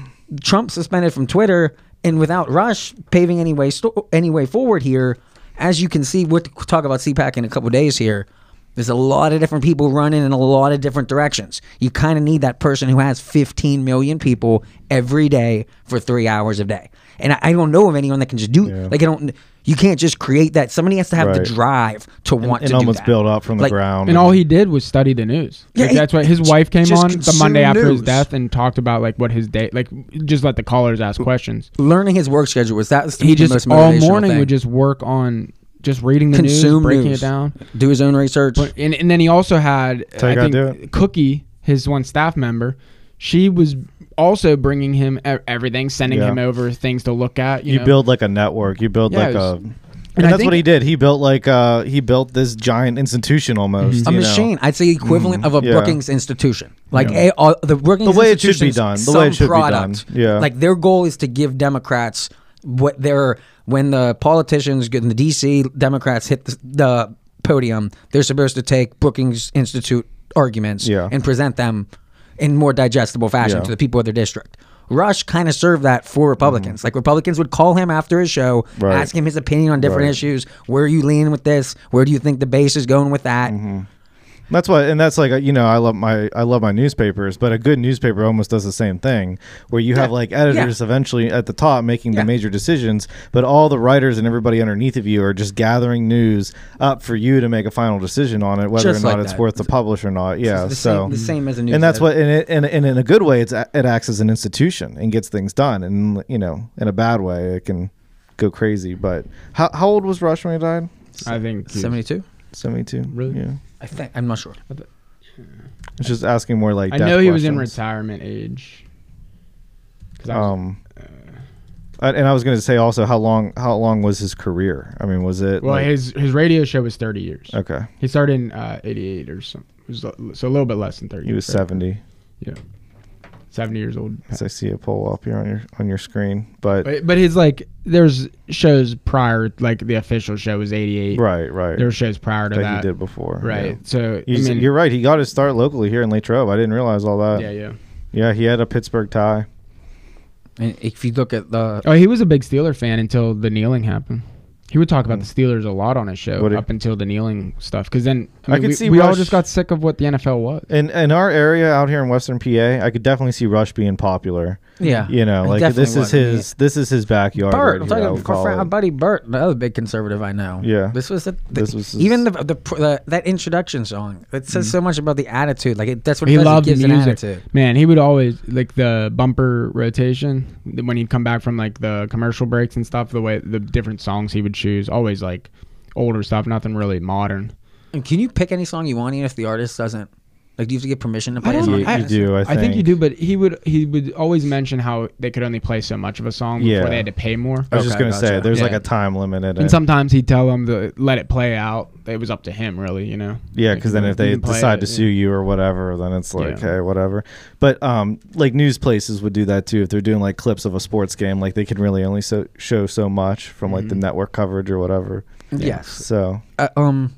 Speaker 3: Trump suspended from Twitter, and without Rush paving any way sto- any way forward here, as you can see, we'll talk about CPAC in a couple days here. There's a lot of different people running in a lot of different directions. You kind of need that person who has 15 million people every day for three hours a day. And I, I don't know of anyone that can just do like I don't. You can't just create that. Somebody has to have the
Speaker 4: Right.
Speaker 3: drive to want
Speaker 4: And
Speaker 3: to
Speaker 4: almost
Speaker 3: do that.
Speaker 4: build up from the
Speaker 3: Like,
Speaker 4: ground.
Speaker 1: And all he did was study the news.
Speaker 3: Yeah,
Speaker 1: Like,
Speaker 3: he-
Speaker 1: that's why his
Speaker 3: j-
Speaker 1: wife came
Speaker 3: just
Speaker 1: on the Monday
Speaker 3: consume
Speaker 1: after his
Speaker 3: news.
Speaker 1: death and talked about like what his day like just let the callers ask questions.
Speaker 3: learning his work schedule was that was
Speaker 1: He
Speaker 3: the
Speaker 1: just
Speaker 3: most
Speaker 1: all
Speaker 3: motivational
Speaker 1: morning
Speaker 3: thing.
Speaker 1: would just work on just reading the news,
Speaker 3: consume
Speaker 1: breaking
Speaker 3: news,
Speaker 1: it down.
Speaker 3: do his own research.
Speaker 1: But and, and then he also had
Speaker 4: how
Speaker 1: I
Speaker 4: you
Speaker 1: think
Speaker 4: gotta do it.
Speaker 1: Cookie, his one staff member, she was also bringing him e- everything, sending
Speaker 4: Yeah.
Speaker 1: him over things to look at. You,
Speaker 4: you
Speaker 1: know?
Speaker 4: build like a network. You build
Speaker 1: Yeah,
Speaker 4: like
Speaker 1: it was-
Speaker 4: a.
Speaker 1: and
Speaker 4: And,
Speaker 1: I
Speaker 4: that's
Speaker 1: think-
Speaker 4: what he did. He built like uh he built this giant institution almost.
Speaker 1: Mm-hmm.
Speaker 3: a
Speaker 4: you know? Mm.
Speaker 3: machine. I'd say equivalent of a
Speaker 4: yeah.
Speaker 3: Brookings institution. Like a, all, the Brookings
Speaker 4: The way it should be
Speaker 3: institution's
Speaker 4: done. The
Speaker 3: some
Speaker 4: way it should be
Speaker 3: product.
Speaker 4: done. Yeah.
Speaker 3: Like their goal is to give Democrats what their when the politicians in the DC Democrats hit the, the podium, they're supposed to take Brookings Institute arguments
Speaker 4: Yeah.
Speaker 3: and present them in more digestible fashion
Speaker 4: Yeah.
Speaker 3: to the people of their district. Rush kind of served that for Republicans. Like Republicans would call him after his show,
Speaker 4: Mm-hmm. Right.
Speaker 3: ask him his opinion on different
Speaker 4: Right.
Speaker 3: issues. Where are you leaning with this? Where do you think the base is going with that?
Speaker 4: Mm-hmm. That's why, and that's like uh, you know, I love my I love my newspapers, but a good newspaper almost does the same thing, where you have like editors eventually at the top making
Speaker 3: Yeah.
Speaker 4: the major decisions, but all the writers and everybody underneath of you are just gathering news up for you to make a final decision on it, whether
Speaker 3: Just
Speaker 4: or
Speaker 3: like
Speaker 4: not it's
Speaker 3: that.
Speaker 4: worth to publish or not. Yeah,
Speaker 3: the
Speaker 4: so
Speaker 3: same, the same as a news.
Speaker 4: and that's
Speaker 3: editor.
Speaker 4: what and, it, and, and in a good way, it's a- it acts as an institution and gets things done, and you know, in a bad way, it can go crazy. But how how old was Rush when he died?
Speaker 3: Uh,
Speaker 1: I think he-
Speaker 3: seventy-two.
Speaker 4: Seventy two.
Speaker 1: Really?
Speaker 4: Yeah.
Speaker 3: I think I'm not sure.
Speaker 4: It's Just asking more like
Speaker 1: I
Speaker 4: death
Speaker 1: know he was in
Speaker 4: questions.
Speaker 1: retirement age. 'Cause I was- uh,
Speaker 4: Um, I- and I was going to say also how long how long was his career? I mean, was it
Speaker 1: well,
Speaker 4: Oh, like-
Speaker 1: his his radio show was thirty years.
Speaker 4: okay?
Speaker 1: He started in uh, '88 or something. It was, l- so a little bit less than 30.
Speaker 4: He was
Speaker 1: years, right?
Speaker 4: seventy.
Speaker 1: Yeah, 70 years old.
Speaker 4: As I see a poll up here on your on your screen, but,
Speaker 1: But, but his like there's shows prior like the official show was 88.
Speaker 4: right, right,
Speaker 1: There were shows prior to
Speaker 4: that,
Speaker 1: that.
Speaker 4: he did before,
Speaker 1: Right.
Speaker 4: yeah.
Speaker 1: So I
Speaker 4: He's-
Speaker 1: mean,
Speaker 4: you're right. He got his start locally here in Latrobe. I didn't realize all that.
Speaker 1: Yeah, yeah.
Speaker 4: Yeah, he had a Pittsburgh tie.
Speaker 3: And if you look at the
Speaker 1: Oh, he was a big Steeler fan until the kneeling happened. He would talk about the Steelers a lot on his show
Speaker 4: Mm. Would he?
Speaker 1: up until the kneeling stuff. Because then I,
Speaker 4: I
Speaker 1: mean,
Speaker 4: could
Speaker 1: we,
Speaker 4: see
Speaker 1: we all
Speaker 4: Rush-
Speaker 1: just got sick of what the NFL was.
Speaker 4: In in our area out here in Western PA, I could definitely see Rush being popular.
Speaker 3: yeah,
Speaker 4: You know,
Speaker 3: It
Speaker 4: like
Speaker 3: definitely
Speaker 4: this is
Speaker 3: was.
Speaker 4: his this is his backyard.
Speaker 3: Bert, I'm
Speaker 4: right here, I
Speaker 3: talking
Speaker 4: would
Speaker 3: about
Speaker 4: call
Speaker 3: friend,
Speaker 4: it.
Speaker 3: my buddy Bert, another big conservative I know.
Speaker 4: Yeah.
Speaker 3: this was the, the-
Speaker 4: This was his- Mm-hmm.
Speaker 3: even the, the, pr- the that introduction song. It says so much about the attitude. Like it, that's what
Speaker 1: he
Speaker 3: it does.
Speaker 1: loved
Speaker 3: it gives an
Speaker 1: music.
Speaker 3: attitude.
Speaker 1: Man, he would always like the bumper rotation th- when he'd come back from like the commercial breaks and stuff. The way the different songs he would choose, always like older stuff, nothing really modern.
Speaker 3: And can you pick any song you want, even if the artist doesn't? Like, do you have to get permission to play a
Speaker 1: don't-
Speaker 3: song?
Speaker 4: You, you do. I
Speaker 1: I
Speaker 4: think,
Speaker 1: think you do, but he would he would always mention how they could only play so much of a song before
Speaker 4: Yeah.
Speaker 1: they had to pay more.
Speaker 4: I was just
Speaker 3: Okay,
Speaker 4: gonna say
Speaker 3: gotcha.
Speaker 4: there's like
Speaker 1: Yeah.
Speaker 4: a time limit in
Speaker 1: And
Speaker 4: it.
Speaker 1: sometimes he'd tell them to let it play out. It was up to him, really, you know.
Speaker 4: Yeah, because then
Speaker 1: you
Speaker 4: if they
Speaker 1: can play
Speaker 4: decide
Speaker 1: it,
Speaker 4: to sue you or whatever, then it's like,
Speaker 1: Yeah.
Speaker 4: hey, whatever. But um, like news places would do that too if they're doing like clips of a sports game, like they can really only so, show so much from like the
Speaker 1: Mm-hmm.
Speaker 4: network coverage or whatever.
Speaker 3: Yes.
Speaker 4: So
Speaker 3: uh, um,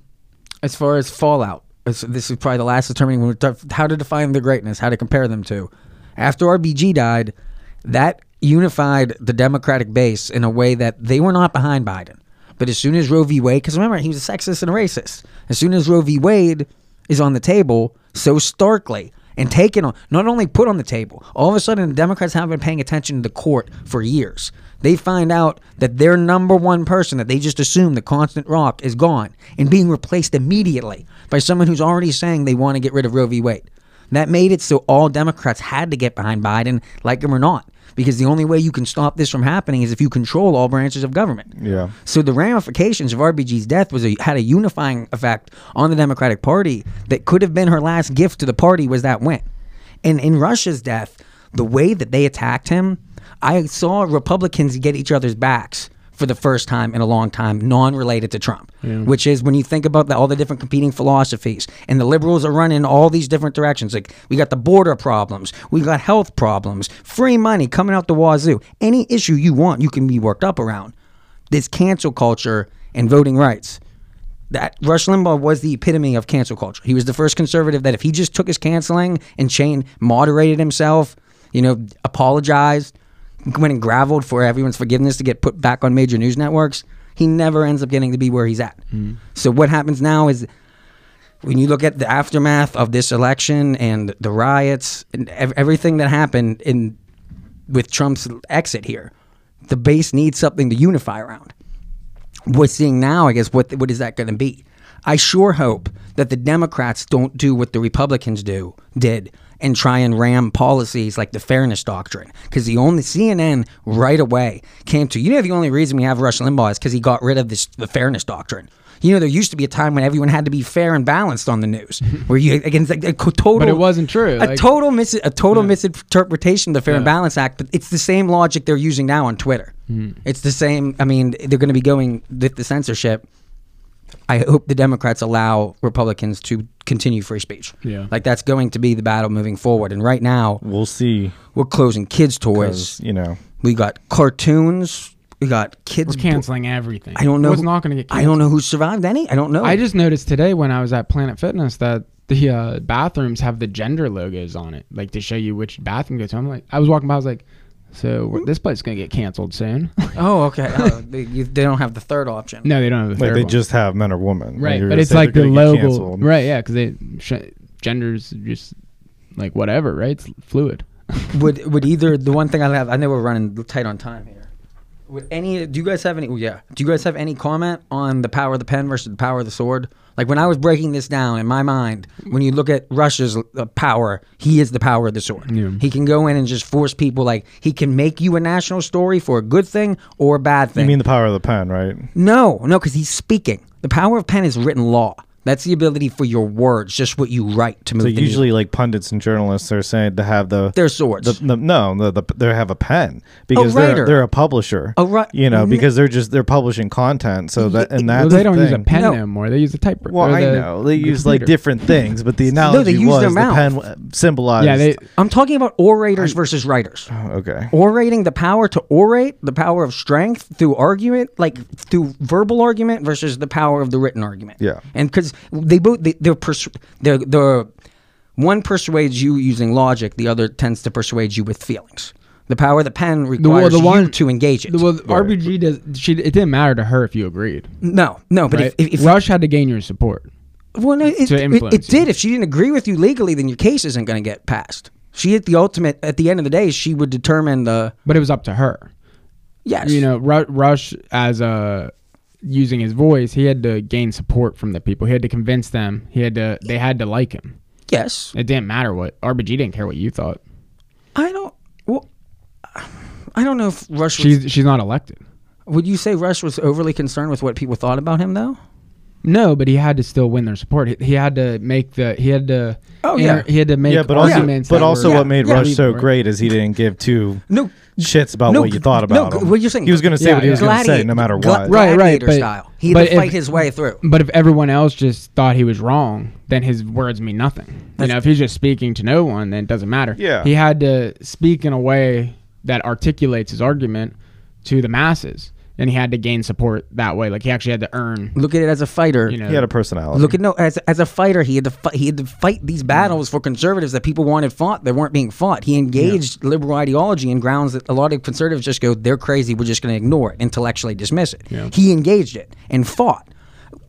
Speaker 3: as far as Fallout, as- this is probably the last determining when we're def- how to define their greatness, how to compare them to. After RBG died, that unified the Democratic base in a way that they were not behind Biden. But as soon as Roe v. Wade, because remember he was a sexist and a racist, as soon as Roe v. Wade is on the table so starkly, and taken on, not only put on the table, all of a sudden the Democrats haven't been paying attention to the court for years. They find out that their number one person that they just assume the constant rock is gone and being replaced immediately by someone who's already saying they want to get rid of Roe v. Wade. That made it so all Democrats had to get behind Biden, like him or not, because the only way you can stop this from happening is if you control all branches of government.
Speaker 4: Yeah.
Speaker 3: So the ramifications of RBG's death was a, had a unifying effect on the Democratic Party that could have been her last gift to the party was that win. And in Russia's death, the way that they attacked him, I saw Republicans get each other's backs for the first time in a long time, non-related to Trump, which is when you think about the, all the different competing philosophies, and the liberals are running all these different directions. Like we got the border problems, we got health problems, free money coming out the wazoo. Any issue you want, you can be worked up around. This cancel culture and voting rights. That Rush Limbaugh was the epitome of cancel culture. He was the first conservative that if he just took his canceling and chain moderated himself, you know, apologized, went and graveled for everyone's forgiveness to get put back on major news networks, he never ends up getting to be where he's at. So what happens now is when you look at the aftermath of this election and the riots and ev- everything that happened in with Trump's exit here, the base needs something to unify around we're seeing now, I guess, what what is that going to be? I sure hope that the Democrats don't do what the Republicans do did and try and ram policies like the fairness doctrine because the only CNN right away came to you know the only reason we have Rush Limbaugh is because he got rid of this the fairness doctrine. You know there used to be a time when everyone had to be fair and balanced on the news where you against like, a co- total
Speaker 1: But it wasn't true,
Speaker 3: a
Speaker 1: like-
Speaker 3: total mis- a total
Speaker 1: Hmm.
Speaker 3: misinterpretation of the Fair and Balance Act, but it's the same logic they're using now on Twitter.
Speaker 1: Hmm.
Speaker 3: It's the same. I mean, they're going to be going with the censorship. I hope the Democrats allow Republicans to continue free speech.
Speaker 1: Yeah.
Speaker 3: like that's going to be the battle moving forward. And right now,
Speaker 4: We'll see.
Speaker 3: we're closing kids' toys.
Speaker 4: You know.
Speaker 3: We got cartoons. We got kids.
Speaker 1: We're canceling everything.
Speaker 3: I don't know.
Speaker 1: What's
Speaker 3: who-
Speaker 1: not going to get
Speaker 3: I
Speaker 1: canceled?
Speaker 3: don't know who survived any. I don't know.
Speaker 1: I just noticed today when I was at Planet Fitness that the uh, bathrooms have the gender logos on it, like to show you which bathroom goes to. I'm like, I was walking by, I was like, so we're- this place is gonna get canceled soon.
Speaker 3: Oh, okay. Oh, they, you, they don't have the third option.
Speaker 1: no, they don't have the
Speaker 4: Like
Speaker 1: third
Speaker 4: they
Speaker 1: one.
Speaker 4: just have men or women.
Speaker 1: right,
Speaker 4: you're
Speaker 1: but
Speaker 4: gonna
Speaker 1: it's
Speaker 4: say
Speaker 1: like
Speaker 4: they're
Speaker 1: the
Speaker 4: gonna get
Speaker 1: logo,
Speaker 4: canceled.
Speaker 1: right? Yeah, because they sh- genders just like whatever, right? It's fluid.
Speaker 3: would would either the one thing I have I know we're running tight on time here. Would any do you guys have any? oh, Yeah, do you guys have any comment on the power of the pen versus the power of the sword? Like when I was breaking this down in my mind, when you look at Russia's uh, power, he is the power of the sword. He can go in and just force people. Like he can make you a national story for a good thing or a bad thing.
Speaker 4: You mean the power of the pen, right?
Speaker 3: No, no, because he's speaking. The power of pen is written law. That's the ability for your words, just what you write, to move.
Speaker 4: So
Speaker 3: the needle.
Speaker 4: usually, like pundits and journalists are saying to have the
Speaker 3: Their swords.
Speaker 4: The, the, no, the, the, they have a pen because they're
Speaker 3: writer.
Speaker 4: they're a publisher.
Speaker 3: A ri- Mm-hmm.
Speaker 4: You know, because they're just they're publishing content. So that and that's
Speaker 1: Well, they
Speaker 4: the
Speaker 1: don't use a
Speaker 4: thing.
Speaker 1: pen
Speaker 3: No.
Speaker 1: no. more. They use a typewriter.
Speaker 4: Well,
Speaker 1: or
Speaker 4: I
Speaker 1: the
Speaker 4: know they use like
Speaker 1: computer.
Speaker 4: different things, but the analogy
Speaker 3: use
Speaker 4: was
Speaker 3: their
Speaker 4: the
Speaker 3: mouth.
Speaker 4: pen w- symbolized.
Speaker 1: Yeah, they.
Speaker 3: I'm talking about orators versus writers.
Speaker 4: Oh, okay.
Speaker 3: orating the power to orate the power of strength through argument like through verbal argument versus the power of the written argument
Speaker 4: Yeah.
Speaker 3: and because they both they, they're, persu- they're they're one persuades you using logic the other tends to persuade you with feelings the power of the pen requires
Speaker 1: the
Speaker 3: you
Speaker 1: one-
Speaker 3: to engage it
Speaker 1: Well, RBG does. She. It didn't matter to her if you agreed.
Speaker 3: no no but
Speaker 1: Right?
Speaker 3: if, if, if
Speaker 1: Rush had to gain your support.
Speaker 3: Well, no, it,
Speaker 1: to
Speaker 3: it- it,
Speaker 1: influence you.
Speaker 3: did. If she didn't agree with you legally, then your case isn't going to get passed. She at the ultimate at the end of the day, she would determine the
Speaker 1: but it was up to her.
Speaker 3: yes.
Speaker 1: You know, Ru- Rush as a using his voice, he had to gain support from the people. He had to convince them. He had to. They had to like him.
Speaker 3: yes.
Speaker 1: It didn't matter what RBG didn't care what you thought.
Speaker 3: I don't. Well, I don't know if Rush. Was,
Speaker 1: She's she's not elected.
Speaker 3: would you say Rush was overly concerned with what people thought about him, though?
Speaker 1: No, but he had to still win their support. He, he had to make the. He had to.
Speaker 3: Oh, yeah.
Speaker 1: He had to make.
Speaker 4: Yeah, but also,
Speaker 1: arguments
Speaker 4: but
Speaker 1: that
Speaker 4: also,
Speaker 1: were-
Speaker 4: what made
Speaker 3: Yeah.
Speaker 4: Rush so
Speaker 1: Right.
Speaker 4: great is he didn't give two
Speaker 3: No,
Speaker 4: shits about
Speaker 3: no,
Speaker 4: Oh, what you thought
Speaker 3: no,
Speaker 4: about him.
Speaker 3: what you're saying-
Speaker 4: he was going to say
Speaker 1: Yeah,
Speaker 4: what he was going to say,
Speaker 3: gladiator-
Speaker 4: no matter
Speaker 3: gla-
Speaker 4: what.
Speaker 1: Right, right,
Speaker 3: gladiator
Speaker 1: but-
Speaker 3: style. He had
Speaker 1: but
Speaker 3: to fight
Speaker 1: if-
Speaker 3: his way through.
Speaker 1: But if everyone else just thought he was wrong, then his words mean nothing. You know, if he's just speaking to no one, then it doesn't matter.
Speaker 4: Yeah.
Speaker 1: He had to speak in a way that articulates his argument to the masses, and he had to gain support that way. Like he actually had to earn.
Speaker 3: Look at it as a fighter.
Speaker 1: You know,
Speaker 4: He had a personality.
Speaker 3: Look at no as as a fighter, he had to fight, he had to fight
Speaker 1: Mm-hmm.
Speaker 3: these battles for conservatives that people wanted fought that weren't being fought. He engaged liberal ideology in grounds that a lot of conservatives just go, they're crazy, we're just going to ignore it, intellectually dismiss it. He engaged it and fought.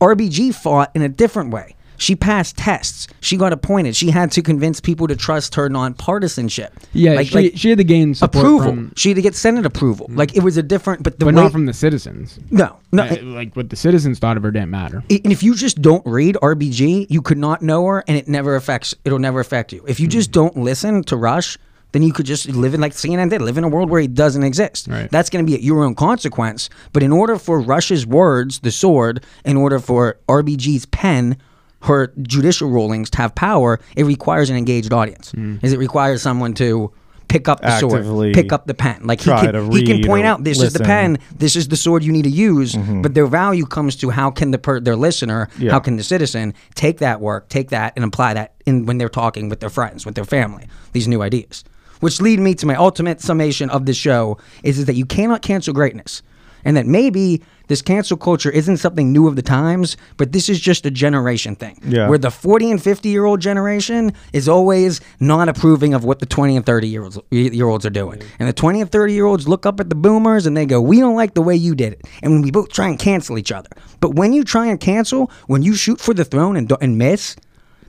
Speaker 3: RBG fought in a different way. She passed tests. She got appointed. She had to convince people to trust her nonpartisanship.
Speaker 1: Yeah, she, she had to gain support
Speaker 3: approval.
Speaker 1: from- Mm-hmm.
Speaker 3: she had to get Senate approval. Like it was a different, but the
Speaker 1: but
Speaker 3: way,
Speaker 1: not from the citizens.
Speaker 3: no, no.
Speaker 1: Uh, like what the citizens thought of her didn't matter.
Speaker 3: I- and if you just don't read RBG, you could not know her, and it never affects. It'll never affect you. If you
Speaker 4: Hmm.
Speaker 3: just don't listen to Rush, then you could just live in like CNN did, live in a world where he doesn't exist.
Speaker 1: Right.
Speaker 3: That's going to be at your own consequence. But in order for Rush's words, the sword, in order for RBG's pen. Her judicial rulings to have power, it requires an engaged audience. Is it requires someone to pick up the
Speaker 4: Hmm. Actively
Speaker 3: sword, pick up the pen? Like he
Speaker 4: try
Speaker 3: can,
Speaker 4: to
Speaker 3: he can
Speaker 4: read
Speaker 3: point
Speaker 4: or
Speaker 3: out this is the
Speaker 4: listen.
Speaker 3: pen, this is the sword you need to use but their value comes to how can the per- their listener
Speaker 4: Mm-hmm. Yeah.
Speaker 3: how can the citizen take that work take that and apply that in when they're talking with their friends with their family these new ideas which lead me to my ultimate summation of this show is, is that you cannot cancel greatness and that maybe this cancel culture isn't something new of the times but this is just a generation thing
Speaker 4: Yeah.
Speaker 3: where the 40 and 50 year old generation is always not approving of what the 20 and 30 year olds year olds are doing and the 20 and 30 year olds look up at the boomers and they go we don't like the way you did it and we both try and cancel each other but when you try and cancel when you shoot for the throne and, do- and miss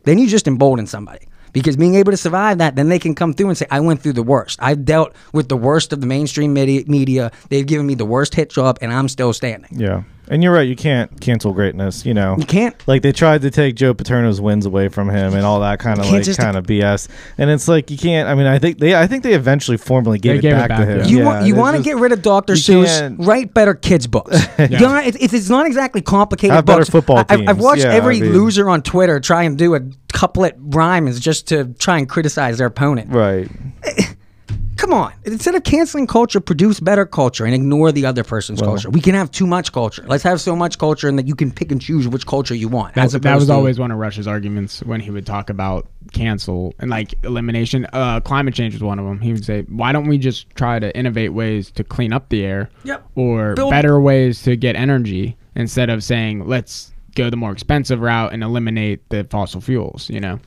Speaker 3: then you just embolden somebody because being able to survive that, then they can come through and say, I went through the worst. I've dealt with the worst of the mainstream media. media. They've given me the worst hit job, and I'm still standing.
Speaker 4: Yeah. And you're right. You can't cancel greatness. You know,
Speaker 3: You can't.
Speaker 4: Like they tried to take Joe Paterno's wins away from him and all that kind of
Speaker 3: You can't
Speaker 4: like
Speaker 3: just-
Speaker 4: kind of BS. And it's like you can't. I mean, I think they. I think they eventually formally gave,
Speaker 1: They
Speaker 4: it,
Speaker 1: gave it
Speaker 4: back
Speaker 1: back,
Speaker 4: to him.
Speaker 1: yeah.
Speaker 3: You
Speaker 4: Yeah,
Speaker 3: want you
Speaker 4: it's
Speaker 3: want to
Speaker 4: just-
Speaker 3: get rid of Doctor
Speaker 4: you
Speaker 3: Seuss?
Speaker 4: can't-
Speaker 3: Write better kids books. You know, it- it's, it's not exactly complicated.
Speaker 4: Have better
Speaker 3: books.
Speaker 4: football
Speaker 3: I- I've, I've
Speaker 4: teams.
Speaker 3: watched
Speaker 4: Yeah, I
Speaker 3: every
Speaker 4: mean-
Speaker 3: loser on Twitter try and do a couplet rhymes just to try and criticize their opponent.
Speaker 4: Right.
Speaker 3: Come on! Instead of canceling culture, produce better culture and ignore the other person's culture. We can have too much culture. Let's have so much culture, and that you can pick and choose which culture you want.
Speaker 1: That,
Speaker 3: as
Speaker 1: that
Speaker 3: opposed
Speaker 1: was
Speaker 3: to-
Speaker 1: always one of Rush's arguments when he would talk about cancel and like elimination. Uh, climate change was one of them. He would say, "Why don't we just try to innovate ways to clean up the air,
Speaker 3: Yep.
Speaker 1: or
Speaker 3: Build-
Speaker 1: better ways to get energy instead of saying let's go the more expensive route and eliminate the fossil fuels." You know,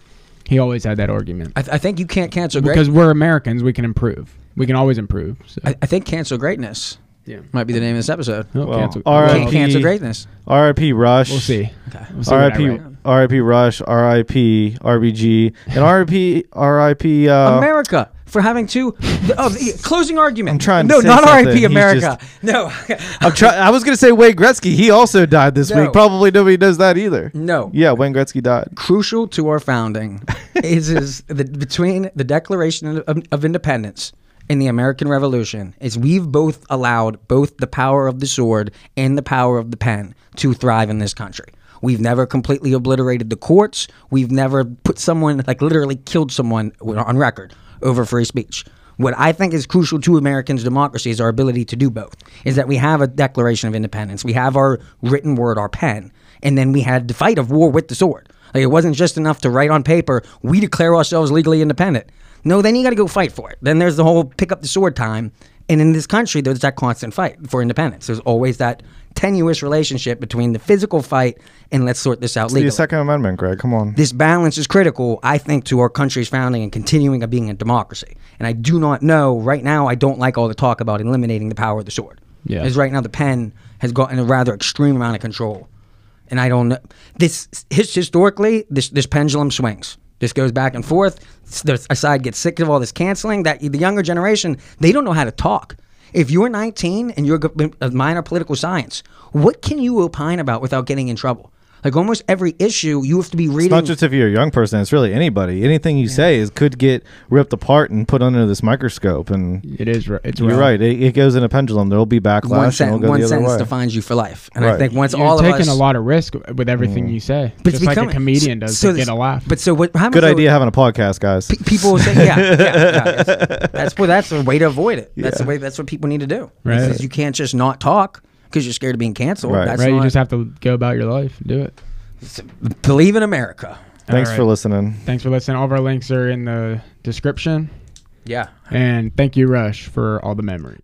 Speaker 1: he always had that argument
Speaker 3: I, th- I think you can't cancel
Speaker 1: because
Speaker 3: greatness.
Speaker 1: we're Americans. We can improve. We can always improve. So.
Speaker 3: I, I think cancel greatness.
Speaker 1: Yeah.
Speaker 3: might be the name of this episode.
Speaker 1: Oh,
Speaker 4: Well,
Speaker 1: cancel-
Speaker 4: all right.
Speaker 3: Can't
Speaker 1: Well,
Speaker 3: cancel
Speaker 4: RIP.
Speaker 3: greatness.
Speaker 4: R.I.P. Rush.
Speaker 1: We'll see. We'll see what I
Speaker 4: R.I.P.
Speaker 1: write.
Speaker 4: R.I.P. Rush. R.I.P. RBG. And R.I.P. R.I.P. Uh,
Speaker 3: America for having two. th- oh, the- closing argument. I'm
Speaker 4: trying to
Speaker 3: No,
Speaker 4: say
Speaker 3: not
Speaker 4: something.
Speaker 3: R.I.P.
Speaker 4: He's
Speaker 3: America. no,
Speaker 4: I'm try- I was gonna say Wayne Gretzky. He also died this
Speaker 3: No.
Speaker 4: week. Probably nobody knows that either.
Speaker 3: No.
Speaker 4: Yeah, Wayne Gretzky died.
Speaker 3: crucial to our founding is is the between the Declaration of, of Independence and the American Revolution is we've both allowed both the power of the sword and the power of the pen to thrive in this country. We've never completely obliterated the courts. We've never put someone like literally killed someone on record over free speech. What I think is crucial to Americans' democracy is our ability to do both. Is that we have a Declaration of Independence, we have our written word, our pen, and then we had the fight of war with the sword. Like it wasn't just enough to write on paper, we declare ourselves legally independent. No, then you got to go fight for it. Then there's the whole pick up the sword time. And in this country, there's that constant fight for independence. There's always that tenuous relationship between the physical fight and let's sort this out legally
Speaker 4: The Second Amendment, Greg. Come on.
Speaker 3: this balance is critical, I think, to our country's founding and continuing of being a democracy. And I do not know right now. I don't like all the talk about eliminating the power of the sword.
Speaker 1: Yeah.
Speaker 3: As right now, the pen has gotten a rather extreme amount of control, and I don't know. This his, historically, this this pendulum swings. This goes back and forth. S- the- A side gets sick of all this canceling. That the younger generation, they don't know how to talk. If you're 19 and you're go- a minor political science, what can you opine about without getting in trouble? Like almost every issue, you have to be reading.
Speaker 4: Not just if you're a young person, it's really anybody. Anything you say is could get ripped apart and put under this microscope. And
Speaker 1: It is. ri- It's
Speaker 4: you're
Speaker 1: rough.
Speaker 4: right, it, it goes in a pendulum. There'll be backlash.
Speaker 3: one,
Speaker 4: and it'll
Speaker 3: sentence,
Speaker 4: go
Speaker 3: one
Speaker 4: the other
Speaker 3: sentence
Speaker 4: way.
Speaker 3: defines you for life. And I
Speaker 4: Right.
Speaker 3: think once
Speaker 1: You're
Speaker 3: all of
Speaker 1: taking
Speaker 3: us,
Speaker 1: a lot of risk with everything you say,
Speaker 3: but
Speaker 1: just
Speaker 3: it's
Speaker 1: like a
Speaker 3: becoming-
Speaker 1: comedian does to get a laugh.
Speaker 3: But so what? How
Speaker 4: Good
Speaker 3: much-
Speaker 4: idea having a podcast, guys.
Speaker 3: pe- People will say, yeah, yeah, yeah, it's- that's what that's a way to avoid it. That's the
Speaker 4: Yeah.
Speaker 3: way. That's what people need to do.
Speaker 1: Right.
Speaker 3: It's just you can't just not talk because you're scared of being canceled.
Speaker 4: Right.
Speaker 3: That's
Speaker 1: right, you
Speaker 3: not-
Speaker 1: just have to go about your life and do it.
Speaker 3: believe in America.
Speaker 4: Thanks
Speaker 1: All
Speaker 4: for
Speaker 1: right.
Speaker 4: listening.
Speaker 1: Thanks for listening. All of our links are in the description.
Speaker 3: Yeah.
Speaker 1: And thank you, Rush, for all the memories.